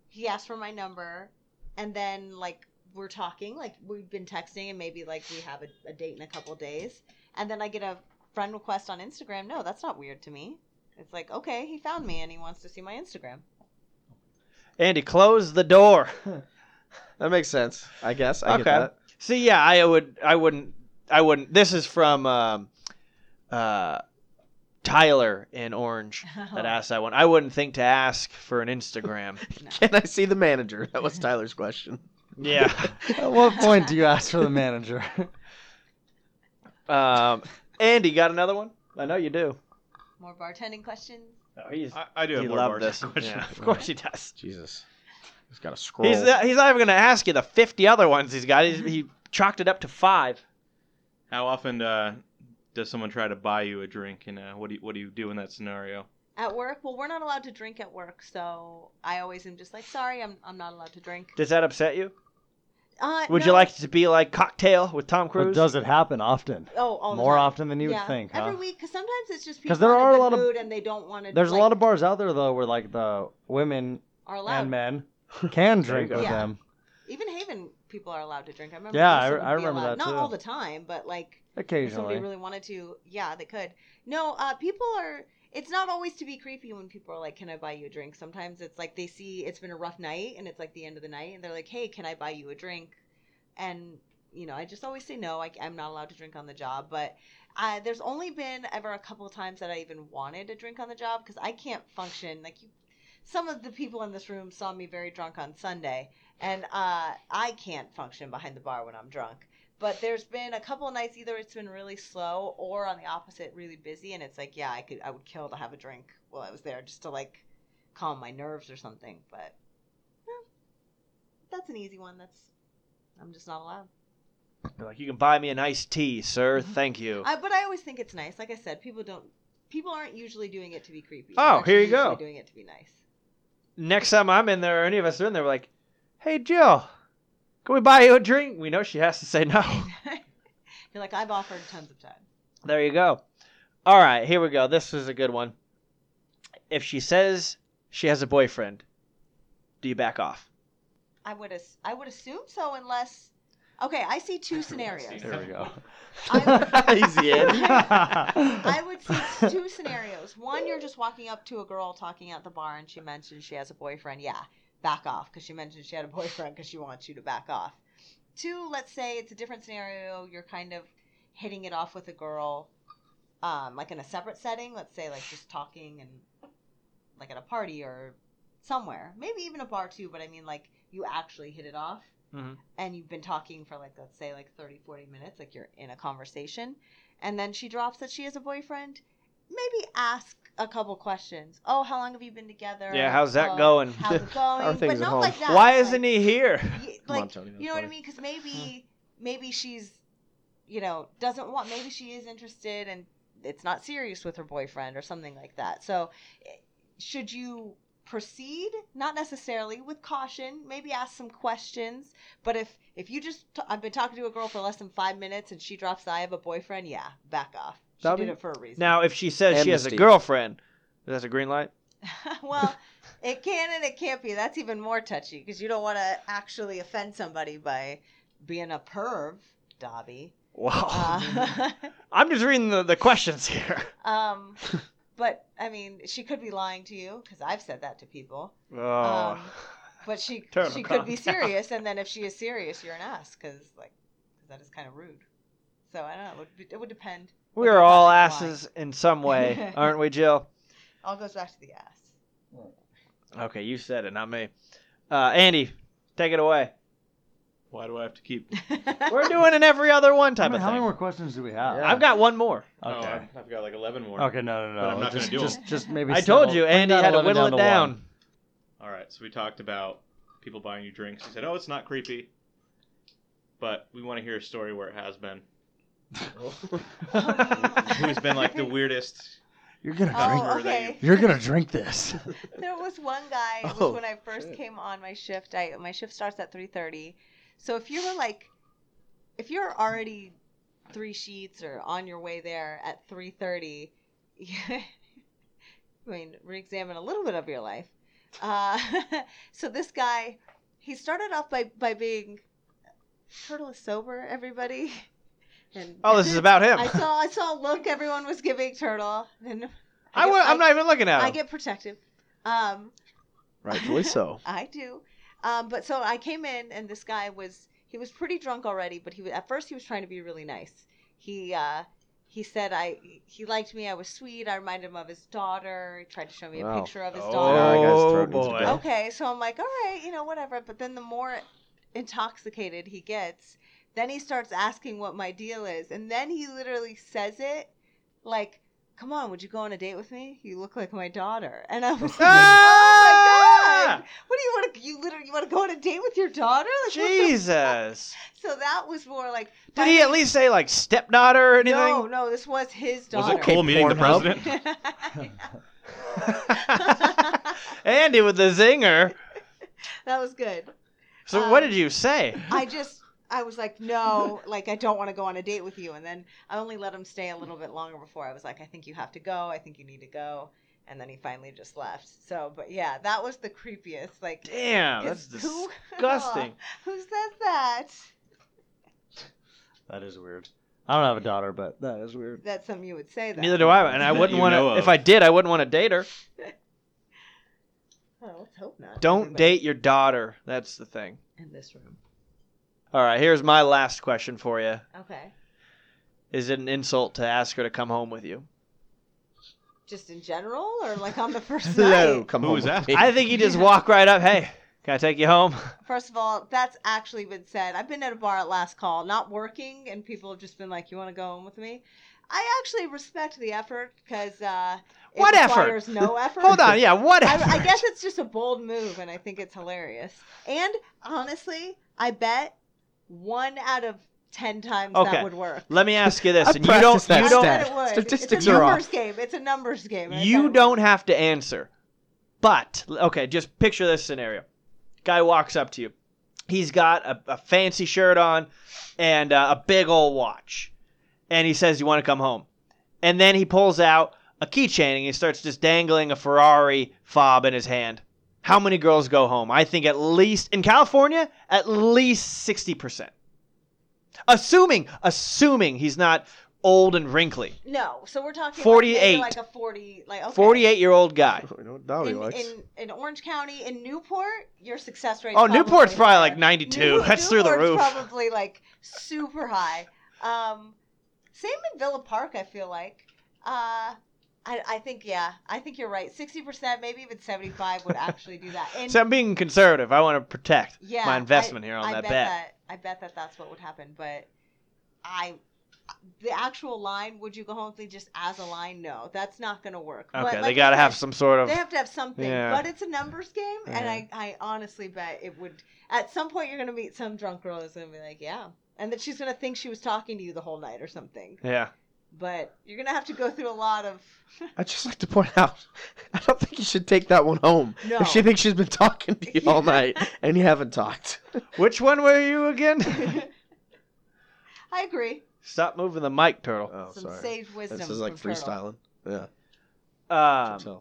Speaker 4: he asked for my number, and then like we're talking, like we've been texting, and maybe like we have a, a date in a couple days, and then I get a friend request on Instagram. No, that's not weird to me. It's like okay, he found me and he wants to see my Instagram.
Speaker 2: Andy, close the door.
Speaker 7: That makes sense. I guess. I get
Speaker 2: Okay.
Speaker 7: that.
Speaker 2: See, yeah, I would, I wouldn't, I wouldn't. This is from um, uh, Tyler in Orange that asked that one. I wouldn't think to ask for an Instagram.
Speaker 7: Can I see the manager? That was Tyler's question.
Speaker 2: yeah.
Speaker 6: At what point do you ask for the manager?
Speaker 2: Um, Andy, got another one? I know you do.
Speaker 4: More bartending questions.
Speaker 2: Oh, he's,
Speaker 3: I, I do have
Speaker 2: he
Speaker 3: more
Speaker 2: loved
Speaker 3: bars
Speaker 2: this.
Speaker 3: question.
Speaker 2: Yeah, of course he does.
Speaker 7: Jesus. He's got a scroll.
Speaker 5: Oh.
Speaker 2: He's, he's not even going to ask you the 50 other ones he's got. He's, he chalked it up to five.
Speaker 3: How often uh, does someone try to buy you a drink, and uh, what do you, what do you do in that scenario?
Speaker 4: At work, well, we're not allowed to drink at work, so I always am just like, sorry, I'm, I'm not allowed to drink.
Speaker 2: Does that upset you?
Speaker 4: Uh,
Speaker 2: Would
Speaker 4: no.
Speaker 2: you like it to be like Cocktail with Tom
Speaker 6: But
Speaker 2: Cruise?
Speaker 6: does it happen often?
Speaker 4: Oh, all the
Speaker 6: More
Speaker 4: time.
Speaker 6: often than you
Speaker 4: Yeah,
Speaker 6: would think, huh?
Speaker 4: Every week, because sometimes it's just
Speaker 6: 'Cause
Speaker 4: because
Speaker 6: there are a lot of-
Speaker 4: mood and they don't want to.
Speaker 6: There's a lot of bars out there though where like the women
Speaker 4: are allowed.
Speaker 6: and men can drink
Speaker 4: go.
Speaker 6: with
Speaker 4: Yeah.
Speaker 6: them.
Speaker 4: Even Haven people are allowed to drink. I remember.
Speaker 6: Yeah,
Speaker 4: Houston would
Speaker 6: I- I
Speaker 4: be
Speaker 6: remember
Speaker 4: allowed-
Speaker 6: that,
Speaker 4: Not all
Speaker 6: too.
Speaker 4: the time, but like if somebody
Speaker 6: Occasionally.
Speaker 4: really wanted to, yeah, they could. No, uh, people are. It's not always to be creepy when people are like, "Can I buy you a drink?" Sometimes it's like they see it's been a rough night and it's like the end of the night, and they're like, "Hey, can I buy you a drink?" And you know, I just always say no. I, I'm not allowed to drink on the job, but uh, there's only been ever a couple of times that I even wanted a drink on the job because I can't function. Like you, some of the people in this room saw me very drunk on Sunday, and uh, I can't function behind the bar when I'm drunk. But there's been a couple of nights either it's been really slow or on the opposite really busy, and it's like yeah, I could I would kill to have a drink while I was there just to like calm my nerves or something. But eh, that's an easy one. That's I'm just not allowed.
Speaker 2: Like, you can buy me an iced tea, sir. Thank you.
Speaker 4: I, but I always think it's nice. Like I said, people don't. People aren't usually doing it to be creepy.
Speaker 2: Oh,
Speaker 4: They're actually
Speaker 2: here you
Speaker 4: usually
Speaker 2: go.
Speaker 4: Doing it to be nice.
Speaker 2: Next time I'm in there, or any of us are in there, we're like, hey, Jill, can we buy you a drink? We know she has to say no.
Speaker 4: You're like I've offered tons of times.
Speaker 2: There you go. All right, here we go. This is a good one. If she says she has a boyfriend, do you back off?
Speaker 4: I would as I would assume so unless. Okay, I see two scenarios.
Speaker 6: There we go.
Speaker 4: I would-
Speaker 7: Easy, Andy.
Speaker 4: I would see two scenarios. One, you're just walking up to a girl talking at the bar and she mentions she has a boyfriend. Yeah, back off because she mentioned she had a boyfriend because she wants you to back off. Two, let's say it's a different scenario. You're kind of hitting it off with a girl, um, like in a separate setting. Let's say like just talking and like at a party or somewhere, maybe even a bar too. But I mean, like you actually hit it off.
Speaker 2: Mhm.
Speaker 4: And you've been talking for like, let's say, like 30, 40 minutes, like you're in a conversation and then she drops that she has a boyfriend, maybe ask a couple questions. Oh, how long have you been together?
Speaker 2: Yeah, how's that
Speaker 4: Oh,
Speaker 2: going?
Speaker 4: How's it
Speaker 7: How
Speaker 4: going?
Speaker 7: are things
Speaker 4: but
Speaker 7: at
Speaker 4: not
Speaker 7: home?
Speaker 4: like that.
Speaker 2: Why
Speaker 4: like,
Speaker 2: isn't he here?
Speaker 4: y-
Speaker 7: Come
Speaker 4: Like,
Speaker 7: on, Tony. that's
Speaker 4: you know what I
Speaker 7: funny.
Speaker 4: mean? Because maybe, maybe she's, you know, doesn't want. Maybe she is interested, and it's not serious with her boyfriend or something like that. So, eh, should you proceed? Not necessarily with caution. Maybe ask some questions. But if if you just, t- I've been talking to a girl for less than five minutes, and she drops, that "I have a boyfriend." Yeah, back off. She
Speaker 7: That'd
Speaker 4: did
Speaker 7: be-
Speaker 4: it for a reason.
Speaker 2: Now, if she says she has a
Speaker 7: Amnesty.
Speaker 2: girlfriend, that's a green light.
Speaker 4: well, it can and it can't be. That's even more touchy because you don't want to actually offend somebody by being a perv, Dobby.
Speaker 2: Wow.
Speaker 4: Uh,
Speaker 2: I'm just reading the, the questions here.
Speaker 4: um, but I mean, she could be lying to you because I've said that to people.
Speaker 2: Oh.
Speaker 4: Um, But she
Speaker 2: Turtle,
Speaker 4: she could
Speaker 2: calm
Speaker 4: be
Speaker 2: down.
Speaker 4: serious, and then if she is serious, you're an ass because like 'cause that is kind of rude. So I don't know. It would, be- it would depend.
Speaker 2: we are all asses in some way, aren't we, Jill?
Speaker 4: All goes back to the ass.
Speaker 2: Okay, you said it, not me. Uh, Andy, take it away.
Speaker 3: Why do I have to keep?
Speaker 2: We're doing an every other one
Speaker 6: I
Speaker 2: type
Speaker 6: mean,
Speaker 2: of
Speaker 6: how many
Speaker 2: thing.
Speaker 6: more questions do we have?
Speaker 2: I've got one more.
Speaker 3: Oh,
Speaker 6: Okay.
Speaker 3: I've, I've got like eleven more.
Speaker 6: Okay, no, no, no.
Speaker 3: But I'm not
Speaker 6: just,
Speaker 3: gonna do
Speaker 6: just, just maybe.
Speaker 2: I told
Speaker 6: settle-
Speaker 2: you,
Speaker 6: bring
Speaker 2: Andy
Speaker 6: that
Speaker 2: had to
Speaker 6: 11
Speaker 2: whittle it down.
Speaker 6: one.
Speaker 3: All right. So we talked about people buying you drinks. You said, "Oh, it's not creepy," but we want to hear a story where it has been. Who's been like the weirdest?
Speaker 6: You're gonna drink.
Speaker 4: Oh,
Speaker 3: Or that
Speaker 4: okay.
Speaker 6: You're gonna drink this.
Speaker 4: There was one guy. It was
Speaker 5: Oh,
Speaker 4: when I first
Speaker 5: shit.
Speaker 4: came on my shift. I my shift starts at three thirty, so if you were like, if you're already three sheets or on your way there at three thirty, I mean, re-examine a little bit of your life. Uh, so this guy, he started off by by being turtle is sober. Everybody. And
Speaker 2: Oh, this is about him.
Speaker 4: I saw I saw a look everyone was giving turtle, and
Speaker 2: I
Speaker 4: get-
Speaker 2: wa- I'm not even looking at him.
Speaker 4: I get protective. Um,
Speaker 5: Rightfully so.
Speaker 4: I do. Um, but so I came in, and this guy was he was pretty drunk already, but he was at first he was trying to be really nice. He uh, he said I he liked me. I was sweet. I reminded him of his daughter. He tried to show me a
Speaker 5: Wow.
Speaker 4: picture of his
Speaker 2: Oh,
Speaker 4: daughter.
Speaker 5: Oh,
Speaker 2: boy.
Speaker 5: boy.
Speaker 4: Okay, so I'm like, all right, you know, whatever. But then the more intoxicated he gets, then he starts asking what my deal is, and then he literally says it like, "Come on, would you go on a date with me? You look like my daughter." And I was like, "Oh
Speaker 2: Ah,
Speaker 4: my god, what do you want to? You literally you want to go on a date with your daughter? Like, what the-
Speaker 2: Jesus.
Speaker 4: So that was more like.
Speaker 2: Did he at least say like stepdaughter or anything?
Speaker 4: No, no, this was his
Speaker 3: Was
Speaker 4: daughter.
Speaker 3: it cool meeting the
Speaker 5: Pornhub.
Speaker 3: president?
Speaker 2: Andy with the zinger.
Speaker 4: that was good.
Speaker 2: So
Speaker 4: Um,
Speaker 2: what did you say?
Speaker 4: I just I was like, no, like I don't want to go on a date with you. And then I only let him stay a little bit longer before I was like, I think you have to go. I think you need to go. And then he finally just left. So, but yeah, that was the creepiest. Like,
Speaker 2: Damn, that's
Speaker 4: it's- who-
Speaker 2: disgusting.
Speaker 4: who says that?
Speaker 6: That is weird. I don't have a daughter, but that is weird.
Speaker 4: That's something you would say. That.
Speaker 2: Neither do I, and I
Speaker 3: That
Speaker 2: wouldn't
Speaker 3: you
Speaker 2: want
Speaker 3: know
Speaker 2: to.
Speaker 3: of.
Speaker 2: If I did, I wouldn't want to date her.
Speaker 4: Oh, let's hope not.
Speaker 2: Don't
Speaker 4: Everybody
Speaker 2: date your daughter. That's the thing.
Speaker 4: in this room.
Speaker 2: All right, here's my last question for you.
Speaker 4: Okay,
Speaker 2: Is it an insult to ask her to come home with you?
Speaker 4: just in general, or like on the first
Speaker 5: Hello,
Speaker 4: night.
Speaker 5: come
Speaker 3: Who
Speaker 5: home
Speaker 3: was
Speaker 5: with
Speaker 3: that?
Speaker 5: me.
Speaker 2: I think you just walk right up. Hey, can I take you home?
Speaker 4: First of all, that's actually been said. I've been at a bar at last call, not working, and people have just been like, "You want to go home with me?" I actually respect the effort because uh, it
Speaker 2: What effort?
Speaker 4: requires no effort.
Speaker 2: Hold on, yeah, what?
Speaker 4: I, I
Speaker 2: effort?
Speaker 4: guess it's just a bold move, and I think it's hilarious. And honestly, I bet one out of ten times
Speaker 2: Okay.
Speaker 4: that would work.
Speaker 2: Let me ask you this,
Speaker 5: I
Speaker 2: and you don't,
Speaker 5: practiced that
Speaker 2: you
Speaker 4: I
Speaker 5: stat.
Speaker 2: don't,
Speaker 4: bet it would.
Speaker 5: Statistics
Speaker 4: it's a
Speaker 5: are off.
Speaker 4: numbers game. It's a numbers game. and I bet it
Speaker 2: you
Speaker 4: would.
Speaker 2: don't have to answer. But okay, just picture this scenario: guy walks up to you. He's got a, a fancy shirt on and uh, a big old watch, and he says, "You want to come home?" And then he pulls out a keychain and he starts just dangling a Ferrari fob in his hand. How many girls go home? I think at least in California, at least sixty percent. Assuming, assuming he's not old and wrinkly,
Speaker 4: No, so we're talking like, maybe
Speaker 2: 48.
Speaker 4: like, a forty, like okay.
Speaker 2: forty-eight-year-old guy.
Speaker 5: We don't doubt he
Speaker 4: in,
Speaker 5: likes.
Speaker 4: in, in Orange County, in Newport, your success rate.
Speaker 2: Oh, Newport's probably like
Speaker 4: higher.
Speaker 2: 92.
Speaker 4: New-
Speaker 2: That's through the
Speaker 4: Newport's
Speaker 2: roof.
Speaker 4: Probably like super high. Um, same in Villa Park. I feel like. Uh, I, I think yeah. I think you're right. Sixty percent, maybe even seventy-five would actually do that. And
Speaker 2: So I'm being conservative. I want to protect
Speaker 4: yeah,
Speaker 2: my investment here on
Speaker 4: I
Speaker 2: that
Speaker 4: bet,
Speaker 2: bet.
Speaker 4: that I bet that that's what would happen. But I, the actual line, would you go home with me? Just as a line, no, that's not gonna work. But
Speaker 2: Okay,
Speaker 4: like
Speaker 2: they
Speaker 4: I
Speaker 2: got to
Speaker 4: said,
Speaker 2: have some sort of.
Speaker 4: they have to have something,
Speaker 2: Yeah.
Speaker 4: but it's a numbers game, and
Speaker 2: Yeah.
Speaker 4: I, I honestly bet it would. At some point, you're gonna meet some drunk girl that's gonna be like, "Yeah," and that she's gonna think she was talking to you the whole night or something.
Speaker 2: Yeah.
Speaker 4: But you're gonna have to go through a lot of.
Speaker 5: I'd just like to point out, I don't think you should take that one home.
Speaker 4: No.
Speaker 5: If she thinks she's been talking to you all night and you haven't talked.
Speaker 2: Which one were you again?
Speaker 4: I agree.
Speaker 2: Stop moving the mic, turtle.
Speaker 5: Oh,
Speaker 4: some
Speaker 5: sorry.
Speaker 4: sage wisdom.
Speaker 5: This is like
Speaker 4: from Turtle.
Speaker 5: freestyling. Yeah.
Speaker 2: Um,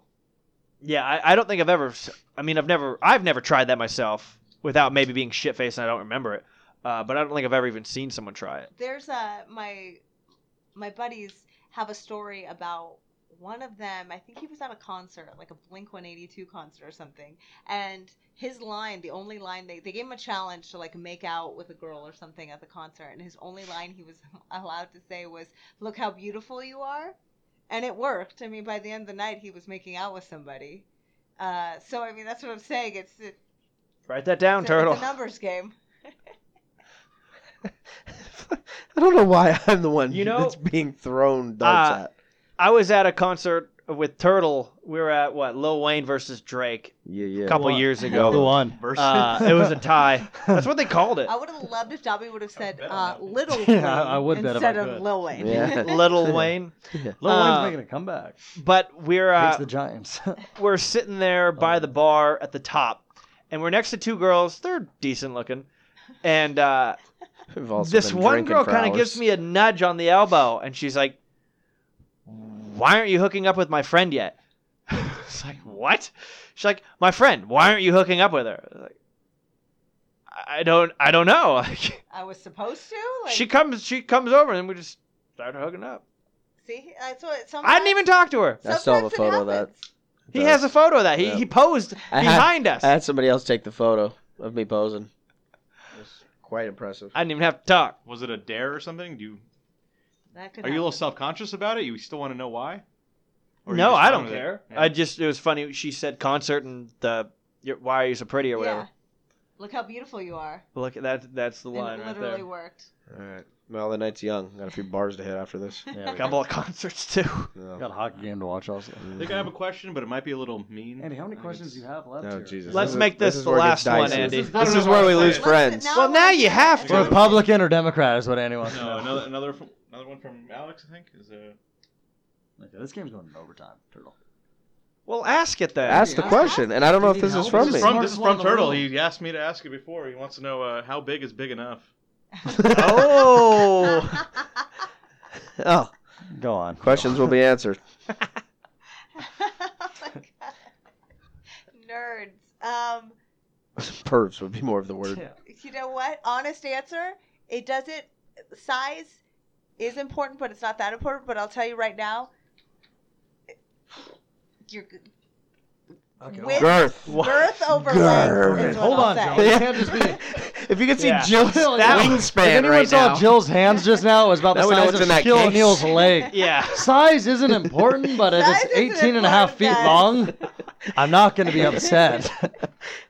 Speaker 2: yeah, I, I don't think I've ever. s- I mean, I've never. I've never tried that myself without maybe being shit faced, and I don't remember it. Uh, but I don't think I've ever even seen someone try it.
Speaker 4: there's a my my buddies have a story about one of them i think he was at a concert like a blink 182 concert or something and his line the only line they, they gave him a challenge to like make out with a girl or something at the concert and his only line he was allowed to say was look how beautiful you are and it worked i mean by the end of the night he was making out with somebody uh, so i mean that's what i'm saying it's it,
Speaker 2: Write that down,
Speaker 4: It's a-
Speaker 2: Turtle.
Speaker 4: It's a numbers game.
Speaker 7: I don't know why I'm the one
Speaker 2: You know-
Speaker 7: that's being thrown darts
Speaker 2: Uh,
Speaker 7: at.
Speaker 2: I was at a concert with Turtle. We were at what Lil Wayne versus Drake
Speaker 7: Yeah,
Speaker 2: a
Speaker 7: yeah.
Speaker 2: couple
Speaker 3: What?
Speaker 2: years
Speaker 6: Go
Speaker 2: ago.
Speaker 6: on.
Speaker 3: Versus
Speaker 2: Uh, it was a tie. That's what they called it.
Speaker 4: I would have loved if Dobby would have said
Speaker 3: bet on
Speaker 4: uh,
Speaker 3: that one.
Speaker 4: Little Wayne
Speaker 6: Yeah, I- I would bet if I
Speaker 4: instead of
Speaker 6: could.
Speaker 4: Lil Wayne.
Speaker 7: Yeah.
Speaker 2: Little Wayne.
Speaker 6: Lil
Speaker 2: Uh,
Speaker 6: Wayne's making a comeback.
Speaker 2: But we're
Speaker 6: Hates
Speaker 2: uh,
Speaker 6: the Giants.
Speaker 2: we're sitting there by
Speaker 7: Oh.
Speaker 2: the bar at the top, and we're next to two girls. They're decent looking, and uh,
Speaker 7: We've also
Speaker 2: this
Speaker 7: been
Speaker 2: one
Speaker 7: drinking
Speaker 2: girl
Speaker 7: for
Speaker 2: kind of
Speaker 7: hours.
Speaker 2: gives me a nudge on the elbow, and she's like, "Why aren't you hooking up with my friend yet?" it's like, "What?" She's like, "My friend. Why aren't you hooking up with her?" I was Like, I I don't, I don't know. Like,
Speaker 4: I was supposed to. Like,
Speaker 2: she comes, she comes over, and we just start hooking up.
Speaker 4: see, that's what.
Speaker 2: I didn't even talk to her.
Speaker 7: I still have a
Speaker 4: sometimes it
Speaker 7: photo of that.
Speaker 4: happens.
Speaker 2: He has a photo of that. He
Speaker 7: Yeah.
Speaker 2: he posed
Speaker 7: I had-
Speaker 2: behind us.
Speaker 7: I had somebody else take the photo of me posing. Quite impressive.
Speaker 2: I didn't even have to talk.
Speaker 3: was it a dare or something? Do you
Speaker 4: That could
Speaker 3: are you a little
Speaker 4: happen.
Speaker 3: self conscious about it? You still want to know why? you
Speaker 2: no,
Speaker 3: just
Speaker 2: I
Speaker 3: fine
Speaker 2: don't
Speaker 3: with it?
Speaker 2: care.
Speaker 3: Yeah.
Speaker 2: I just it was funny. She said concert and the you're, why are you so pretty or whatever.
Speaker 4: Yeah. Look how beautiful you are.
Speaker 2: Look that that's the
Speaker 4: And
Speaker 2: line
Speaker 4: it
Speaker 2: right
Speaker 4: literally
Speaker 2: there.
Speaker 4: worked.
Speaker 7: All right. Well, the night's young. Got a few bars to hit after this.
Speaker 6: yeah, we
Speaker 2: Couple of concerts too.
Speaker 7: No.
Speaker 6: got a hockey game to watch also.
Speaker 3: I think I have a question, but it might be a little mean.
Speaker 6: Andy, how many
Speaker 3: I
Speaker 6: questions do
Speaker 3: guess.
Speaker 6: you have left?
Speaker 7: Oh,
Speaker 6: here?
Speaker 7: Jesus.
Speaker 2: Let's
Speaker 7: is-
Speaker 2: make this,
Speaker 7: this is
Speaker 2: the
Speaker 7: where it
Speaker 2: last
Speaker 7: gets
Speaker 2: one,
Speaker 7: dicey.
Speaker 2: Andy.
Speaker 3: This is-
Speaker 2: This
Speaker 7: This
Speaker 2: is
Speaker 7: is where we lose
Speaker 3: Listen,
Speaker 7: friends.
Speaker 4: Listen,
Speaker 2: Well,
Speaker 4: I
Speaker 2: now
Speaker 4: wanna
Speaker 2: you
Speaker 4: hear
Speaker 2: have
Speaker 4: it.
Speaker 2: to.
Speaker 4: I wanna
Speaker 6: Republican or Democrat is what anyone.
Speaker 3: No, another another from, another one from Alex, I think is uh, a.
Speaker 6: Okay, this game's going in overtime, Turtle.
Speaker 2: Well, ask it then.
Speaker 7: Ask the question, and I don't know if
Speaker 6: Need
Speaker 7: this is
Speaker 6: help?
Speaker 7: from
Speaker 6: This
Speaker 7: me.
Speaker 6: is
Speaker 3: From, this is
Speaker 6: Smartest one
Speaker 3: from
Speaker 6: in the
Speaker 3: Turtle.
Speaker 6: room.
Speaker 3: He asked me to ask you before. He wants to know uh, how big is big enough.
Speaker 2: oh,
Speaker 7: Oh,
Speaker 6: Go on.
Speaker 7: questions will be answered.
Speaker 4: Oh my God. Nerds. Um,
Speaker 7: Pervs would be more of the word.
Speaker 4: you know what? Honest answer. It doesn't. Size is important, but it's not that important. But I'll tell you right now. You're good.
Speaker 6: Okay,
Speaker 4: With-
Speaker 7: Girth.
Speaker 4: Girth over
Speaker 7: Girth.
Speaker 4: length. Is what
Speaker 6: Hold
Speaker 4: I'll
Speaker 6: on,
Speaker 4: say.
Speaker 6: Joe. It can't just be.
Speaker 7: If you could see
Speaker 2: Yeah.
Speaker 7: Jill's
Speaker 2: That-
Speaker 6: If
Speaker 7: wingspan
Speaker 6: anyone
Speaker 7: right
Speaker 6: saw
Speaker 7: now.
Speaker 6: Jill's hands just now, it was about the
Speaker 7: Now we know
Speaker 6: size
Speaker 7: what's
Speaker 6: of
Speaker 7: in that
Speaker 6: Shaquille
Speaker 7: case.
Speaker 6: O'Neal's leg.
Speaker 2: yeah.
Speaker 6: Size isn't important, but if
Speaker 4: Size
Speaker 6: it's
Speaker 4: isn't
Speaker 6: 18 and a half feet
Speaker 4: important,
Speaker 6: long, I'm not going to be upset.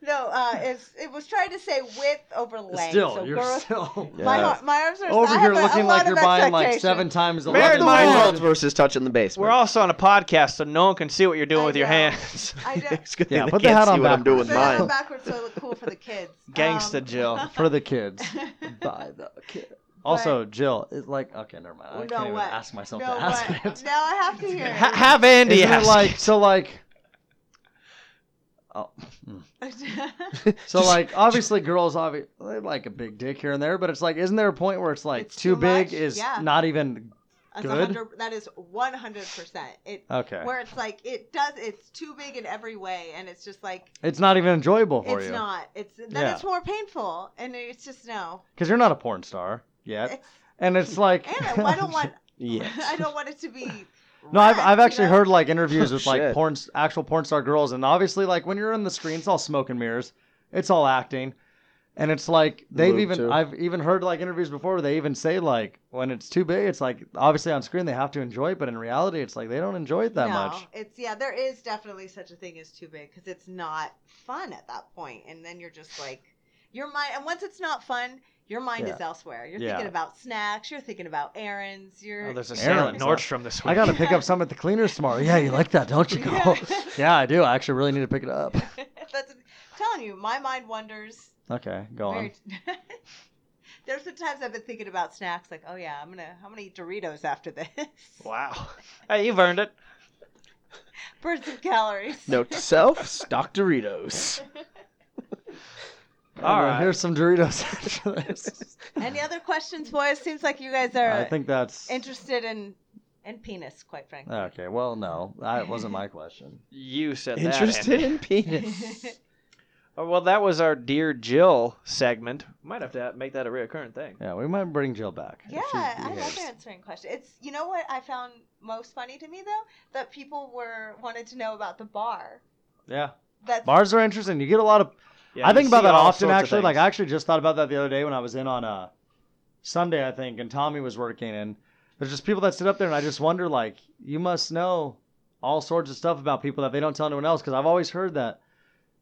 Speaker 4: No, uh, it's, it was trying to say width over length.
Speaker 6: still,
Speaker 4: so
Speaker 6: you're
Speaker 4: girth.
Speaker 6: still
Speaker 4: My,
Speaker 7: Yeah.
Speaker 4: ar- my arms are I
Speaker 6: over
Speaker 4: have
Speaker 6: here
Speaker 4: a- a
Speaker 6: looking
Speaker 4: lot
Speaker 6: like
Speaker 4: of
Speaker 6: you're buying like
Speaker 4: expectations.
Speaker 6: seven times
Speaker 2: Bear in
Speaker 7: Touching the
Speaker 6: 11.
Speaker 2: mind-
Speaker 7: world versus touching the basement.
Speaker 2: We're also on a podcast, so no one can see what you're doing
Speaker 4: I
Speaker 2: with your
Speaker 4: know.
Speaker 2: hands.
Speaker 4: I know.
Speaker 7: It's good
Speaker 6: Yeah,
Speaker 7: they
Speaker 6: put the
Speaker 7: can't
Speaker 6: hat on
Speaker 7: see what I'm doing with
Speaker 4: Put it
Speaker 6: backwards.
Speaker 4: on
Speaker 7: mine.
Speaker 4: backwards so it look cool for the kids.
Speaker 2: Gangsta
Speaker 4: Um,
Speaker 2: Jill.
Speaker 6: for the kids.
Speaker 4: no,
Speaker 6: By the kid. Also, Jill, it's like, okay, never mind. I
Speaker 4: Well,
Speaker 6: can't
Speaker 4: no,
Speaker 6: even
Speaker 4: what?
Speaker 6: ask myself to ask
Speaker 4: but
Speaker 6: it.
Speaker 4: now I have to hear.
Speaker 2: Ha- have Andy
Speaker 6: Isn't it
Speaker 2: ask.
Speaker 6: like, so like, oh,
Speaker 4: it.
Speaker 6: so like, obviously girls, obvi- they like a big dick here and there, but it's like, isn't there a point where it's like
Speaker 4: It's
Speaker 6: too,
Speaker 4: too
Speaker 6: big
Speaker 4: much?
Speaker 6: is
Speaker 4: Yeah.
Speaker 6: not even,
Speaker 4: That's
Speaker 6: Good.
Speaker 4: 100 That is one hundred percent. It
Speaker 6: okay.
Speaker 4: where it's like it does. It's too big in every way, and it's just like
Speaker 6: It's not even enjoyable for
Speaker 4: it's
Speaker 6: you.
Speaker 4: not. It's then
Speaker 6: Yeah.
Speaker 4: it's more painful, and it's just no.
Speaker 6: Because you're not a porn star yet.
Speaker 4: It's,
Speaker 6: And it's like,
Speaker 4: and I, I don't want. I
Speaker 7: Yes.
Speaker 4: don't want it to be.
Speaker 6: No, I've,
Speaker 4: wrecked,
Speaker 6: I've
Speaker 4: you
Speaker 6: actually
Speaker 4: know?
Speaker 6: heard like interviews
Speaker 7: Oh,
Speaker 6: with like
Speaker 7: shit.
Speaker 6: porn s- actual porn star girls, and obviously like when you're in the screen, it's all smoke and mirrors, it's all acting, and it's like they've
Speaker 7: Lube,
Speaker 6: even
Speaker 7: too.
Speaker 6: I've even heard like interviews before where they even say like when it's too big, it's like obviously on screen they have to enjoy it, but in reality it's like they don't enjoy it that
Speaker 4: no,
Speaker 6: much.
Speaker 4: It's yeah, there is definitely such a thing as too big because it's not fun at that point, and then you're just like your mind. And once it's not fun, your mind is elsewhere. You're
Speaker 6: Yeah.
Speaker 4: thinking about snacks. You're thinking about errands. You're
Speaker 2: Oh, there's a sale at
Speaker 6: Aaron's, huh?
Speaker 2: Nordstrom this week.
Speaker 6: I gotta pick up some at the cleaners tomorrow. Yeah, you like that, don't you, girl?
Speaker 4: Yeah.
Speaker 6: yeah, I do. I actually really need to pick it up.
Speaker 4: That's I'm telling you, my mind wanders.
Speaker 6: Okay, go on.
Speaker 4: very- There's been times I've been thinking about snacks, like, oh yeah, I'm gonna I'm gonna eat Doritos after this.
Speaker 2: Wow. Hey, you've earned it.
Speaker 4: Burn some calories.
Speaker 7: Note to self, stock Doritos.
Speaker 6: All right,
Speaker 2: Alright.
Speaker 6: here's some Doritos after this.
Speaker 4: Any other questions, boys? Seems like you guys are
Speaker 6: I think that's
Speaker 4: interested in in penis, quite frankly.
Speaker 6: okay. Well, no, that wasn't my question.
Speaker 2: You said that.
Speaker 7: Interested
Speaker 2: Andy.
Speaker 7: in penis.
Speaker 2: Oh, well, that was our dear Jill segment. Might have to make that a reoccurring thing.
Speaker 6: Yeah, we might bring Jill back. if
Speaker 4: Yeah,
Speaker 6: she
Speaker 4: I love
Speaker 6: behaves.
Speaker 4: answering questions. It's you know what I found most funny to me though that people were wanted to know about the bar.
Speaker 6: Yeah,
Speaker 4: That's
Speaker 6: bars are interesting. You get a lot of.
Speaker 2: Yeah,
Speaker 6: I
Speaker 2: you
Speaker 6: think
Speaker 2: see
Speaker 6: about that
Speaker 2: all
Speaker 6: often.
Speaker 2: sorts of
Speaker 6: Actually, like
Speaker 2: things.
Speaker 6: I actually just thought about that the other day when I was in on uh, Sunday, I think, and Tommy was working, and there's just people that sit up there, and I just wonder, like, you must know all sorts of stuff about people that they don't tell anyone else, because I've always heard that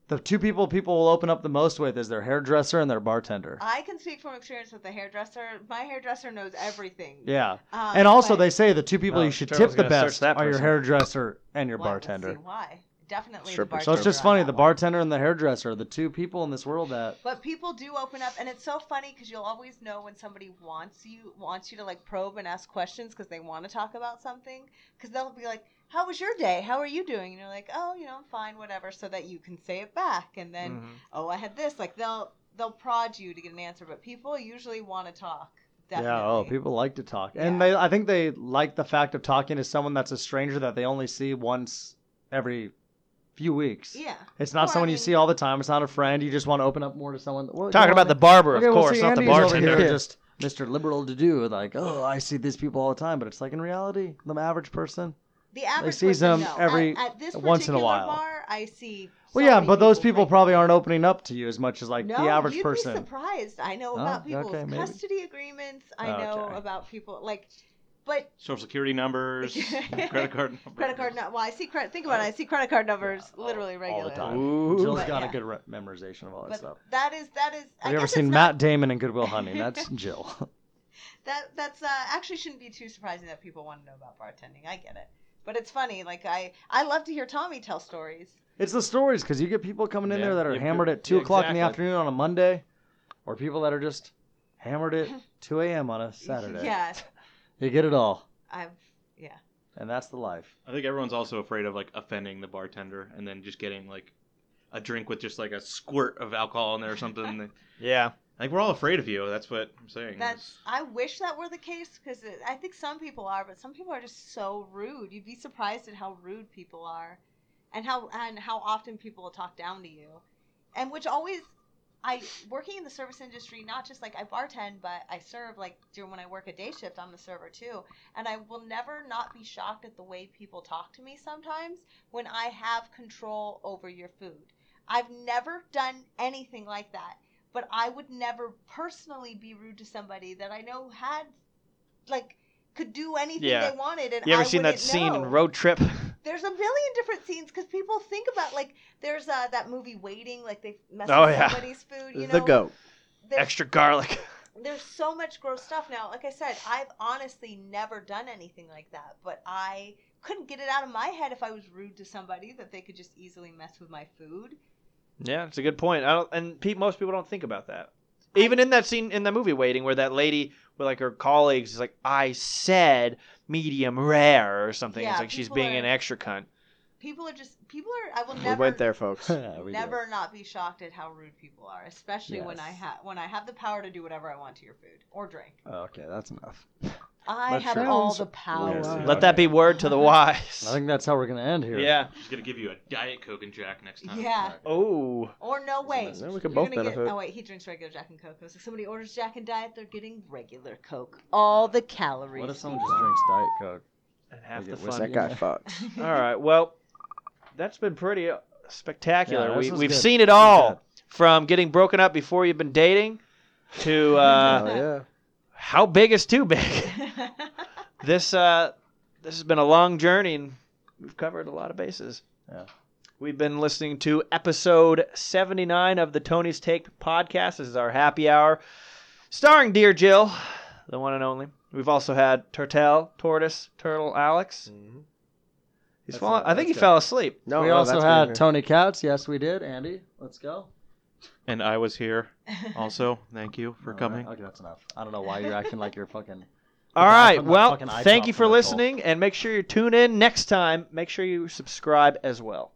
Speaker 6: the two people people will open up the most with is their hairdresser and their bartender.
Speaker 4: I can speak from experience with the hairdresser. My hairdresser knows everything.
Speaker 6: Yeah.
Speaker 4: Um,
Speaker 6: And also,
Speaker 4: but-
Speaker 6: they say the two people
Speaker 2: Oh,
Speaker 6: you should
Speaker 2: Cheryl's
Speaker 6: tip the
Speaker 2: gonna search
Speaker 6: best
Speaker 2: that
Speaker 6: are your
Speaker 2: person.
Speaker 6: hairdresser and your
Speaker 4: Well, we'll see
Speaker 6: bartender.
Speaker 4: why? Definitely. the
Speaker 7: Stripper,
Speaker 6: So it's
Speaker 4: bartender
Speaker 6: just
Speaker 4: on
Speaker 6: funny.
Speaker 4: that
Speaker 6: The
Speaker 4: one.
Speaker 6: bartender and the hairdresser are the two people in this world that.
Speaker 4: But people do open up, and it's so funny because you'll always know when somebody wants you wants you to like probe and ask questions because they want to talk about something. Because they'll be like, "How was your day? How are you doing?" And you're like, "Oh, you know, I'm fine, whatever," so that you can say it back. And then,
Speaker 6: Mm-hmm.
Speaker 2: Mm-hmm.
Speaker 4: "Oh, I had this." Like they'll they'll prod you to get an answer, but people usually want to talk. Definitely.
Speaker 6: Yeah. Oh, people like to talk,
Speaker 4: Yeah.
Speaker 6: and they. I think they like the fact of talking to someone that's a stranger that they only see once every few weeks.
Speaker 4: Yeah.
Speaker 6: It's not
Speaker 4: Well, I
Speaker 6: someone you
Speaker 4: mean-
Speaker 6: see all the time. It's not a friend. You just want to open up more to someone. Well, you
Speaker 2: Talking
Speaker 6: know,
Speaker 2: about the barber, of
Speaker 6: okay, well,
Speaker 2: course,
Speaker 6: see,
Speaker 2: not the
Speaker 6: Andy's over
Speaker 2: bartender.
Speaker 6: here Just Mr. Liberal to do like, oh, I see these people all the time, but it's like in reality, the average person.
Speaker 4: The average
Speaker 6: sees
Speaker 4: person,
Speaker 6: them
Speaker 4: no.
Speaker 6: every-
Speaker 4: at, at this
Speaker 6: once in a
Speaker 4: particular
Speaker 6: while.
Speaker 4: Bar, I see.
Speaker 6: Well,
Speaker 4: so
Speaker 6: yeah,
Speaker 4: many
Speaker 6: but those people
Speaker 4: frequently.
Speaker 6: probably aren't opening up to you as much as like the average
Speaker 4: you'd Be
Speaker 6: person.
Speaker 4: surprised. I know
Speaker 6: Oh,
Speaker 4: about people's
Speaker 6: okay, maybe. Oh,
Speaker 4: custody agreements. I
Speaker 6: Okay.
Speaker 4: know about people like, but
Speaker 3: Social security numbers, credit card numbers.
Speaker 4: credit card. No, well, I see credit. Think about it. I see credit card numbers literally
Speaker 6: all
Speaker 4: regularly.
Speaker 6: the time.
Speaker 7: Ooh.
Speaker 6: Jill's
Speaker 4: But
Speaker 6: got a
Speaker 4: yeah.
Speaker 6: good re- memorization of all that
Speaker 4: But
Speaker 6: stuff.
Speaker 4: that is that is. I
Speaker 6: Have you ever
Speaker 4: guess
Speaker 6: seen
Speaker 4: it's
Speaker 6: Matt
Speaker 4: not-
Speaker 6: Damon in Goodwill Hunting? That's Jill.
Speaker 4: That that's uh, actually shouldn't be too surprising that people want to know about bartending. I get it, but it's funny. Like I I love to hear Tommy tell stories.
Speaker 6: It's the stories because you get people coming in
Speaker 3: Yeah,
Speaker 6: there that are
Speaker 3: you-
Speaker 6: hammered at two
Speaker 3: yeah,
Speaker 6: o'clock in the
Speaker 3: exactly.
Speaker 6: afternoon on a Monday, or people that are just hammered at two a.m. on a Saturday.
Speaker 4: Yeah,
Speaker 6: you get it all,
Speaker 4: I'm. Yeah.
Speaker 6: and that's the life.
Speaker 3: I think everyone's also afraid of like offending the bartender and then just getting like a drink with just like a squirt of alcohol in there or something.
Speaker 2: Yeah.
Speaker 3: like we're all afraid of you. That's what I'm saying.
Speaker 4: That's. I wish that were the case because I think some people are, but some people are just so rude. You'd be surprised at how rude people are, and how and how often people will talk down to you, and which always. I working in the service industry, not just like I bartend, but I serve like during when I work a day shift, I'm the server too. And I will never not be shocked at the way people talk to me sometimes when I have control over your food. I've never done anything like that, but I would never personally be rude to somebody that I know had, like, could do anything
Speaker 2: Yeah.
Speaker 4: they wanted. And
Speaker 2: You ever
Speaker 4: I
Speaker 2: seen that
Speaker 4: wouldn't
Speaker 2: scene in
Speaker 4: know.
Speaker 2: Road Trip?
Speaker 4: There's a million different scenes because people think about like there's uh, that movie Waiting, like they mess
Speaker 2: Oh,
Speaker 4: with
Speaker 2: yeah.
Speaker 4: somebody's food. You know,
Speaker 5: the goat.
Speaker 4: There's-
Speaker 2: Extra garlic.
Speaker 4: there's so much gross stuff now. Like I said, I've honestly never done anything like that, but I couldn't get it out of my head if I was rude to somebody that they could just easily mess with my food.
Speaker 2: Yeah, it's a good point. I don't, and pe- most people don't think about that. Even in that scene in the movie Waiting, where that lady with like her colleagues is like, "I said medium rare" or something.
Speaker 4: Yeah,
Speaker 2: it's like she's
Speaker 4: people
Speaker 2: being
Speaker 4: are-
Speaker 2: an extra cunt.
Speaker 4: People are just people are. I will
Speaker 5: We
Speaker 4: never
Speaker 5: went there, folks.
Speaker 6: Yeah, we did.
Speaker 4: never not be shocked at how rude people are, especially when I
Speaker 6: Yes.
Speaker 4: have when I have the power to do whatever I want to your food or drink.
Speaker 6: Okay, that's enough.
Speaker 4: I
Speaker 6: That
Speaker 4: have all
Speaker 6: sounds
Speaker 4: the power.
Speaker 6: weird.
Speaker 2: Let that be word to the wise.
Speaker 6: I think that's how we're gonna end here.
Speaker 2: yeah.
Speaker 3: She's gonna give you a diet coke and Jack next time.
Speaker 4: Yeah.
Speaker 2: Oh.
Speaker 4: Or no wait.
Speaker 5: Then we could
Speaker 4: You're
Speaker 5: both
Speaker 4: gonna
Speaker 5: benefit.
Speaker 4: Get, oh wait, he drinks regular Jack and Coke. So if somebody orders Jack and Diet, they're getting regular Coke. All the calories.
Speaker 6: What if someone just drinks Diet Coke?
Speaker 2: And half
Speaker 6: They
Speaker 2: the
Speaker 6: get whiskey.
Speaker 2: fun.
Speaker 5: That guy fucks.
Speaker 2: All right. Well, that's been pretty uh, spectacular.
Speaker 6: Yeah, this
Speaker 2: we,
Speaker 6: was
Speaker 2: we've
Speaker 6: good.
Speaker 2: seen it
Speaker 6: was
Speaker 2: all
Speaker 6: good.
Speaker 2: from getting broken up before you've been dating to uh,
Speaker 5: Hell yeah.
Speaker 2: how big is too big. this uh, this has been a long journey, and we've covered a lot of bases.
Speaker 6: Yeah.
Speaker 2: We've been listening to episode 79 of the Tony's Take podcast. This is our happy hour, starring Dear Jill, the one and only. We've also had Turtle, Tortoise, Turtle, Alex. He's
Speaker 6: That's
Speaker 2: fallen.
Speaker 6: it,
Speaker 2: I think he
Speaker 6: that's it.
Speaker 2: fell asleep.
Speaker 5: No,
Speaker 6: we
Speaker 5: no,
Speaker 6: also
Speaker 5: Oh, that's
Speaker 6: had
Speaker 5: good.
Speaker 6: Tony Katz. Yes, we did. Andy, let's go.
Speaker 3: And I was here
Speaker 4: Oh,
Speaker 3: also. Thank you for
Speaker 6: All right.
Speaker 3: coming.
Speaker 6: Okay, that's enough. I don't know why you're acting like you're fucking.
Speaker 2: All
Speaker 6: With the
Speaker 2: right.
Speaker 6: iPhone, that
Speaker 2: Well,
Speaker 6: fucking
Speaker 2: thank
Speaker 6: iPod
Speaker 2: you for
Speaker 6: commercial.
Speaker 2: listening, and make sure you tune in next time. Make sure you subscribe as well.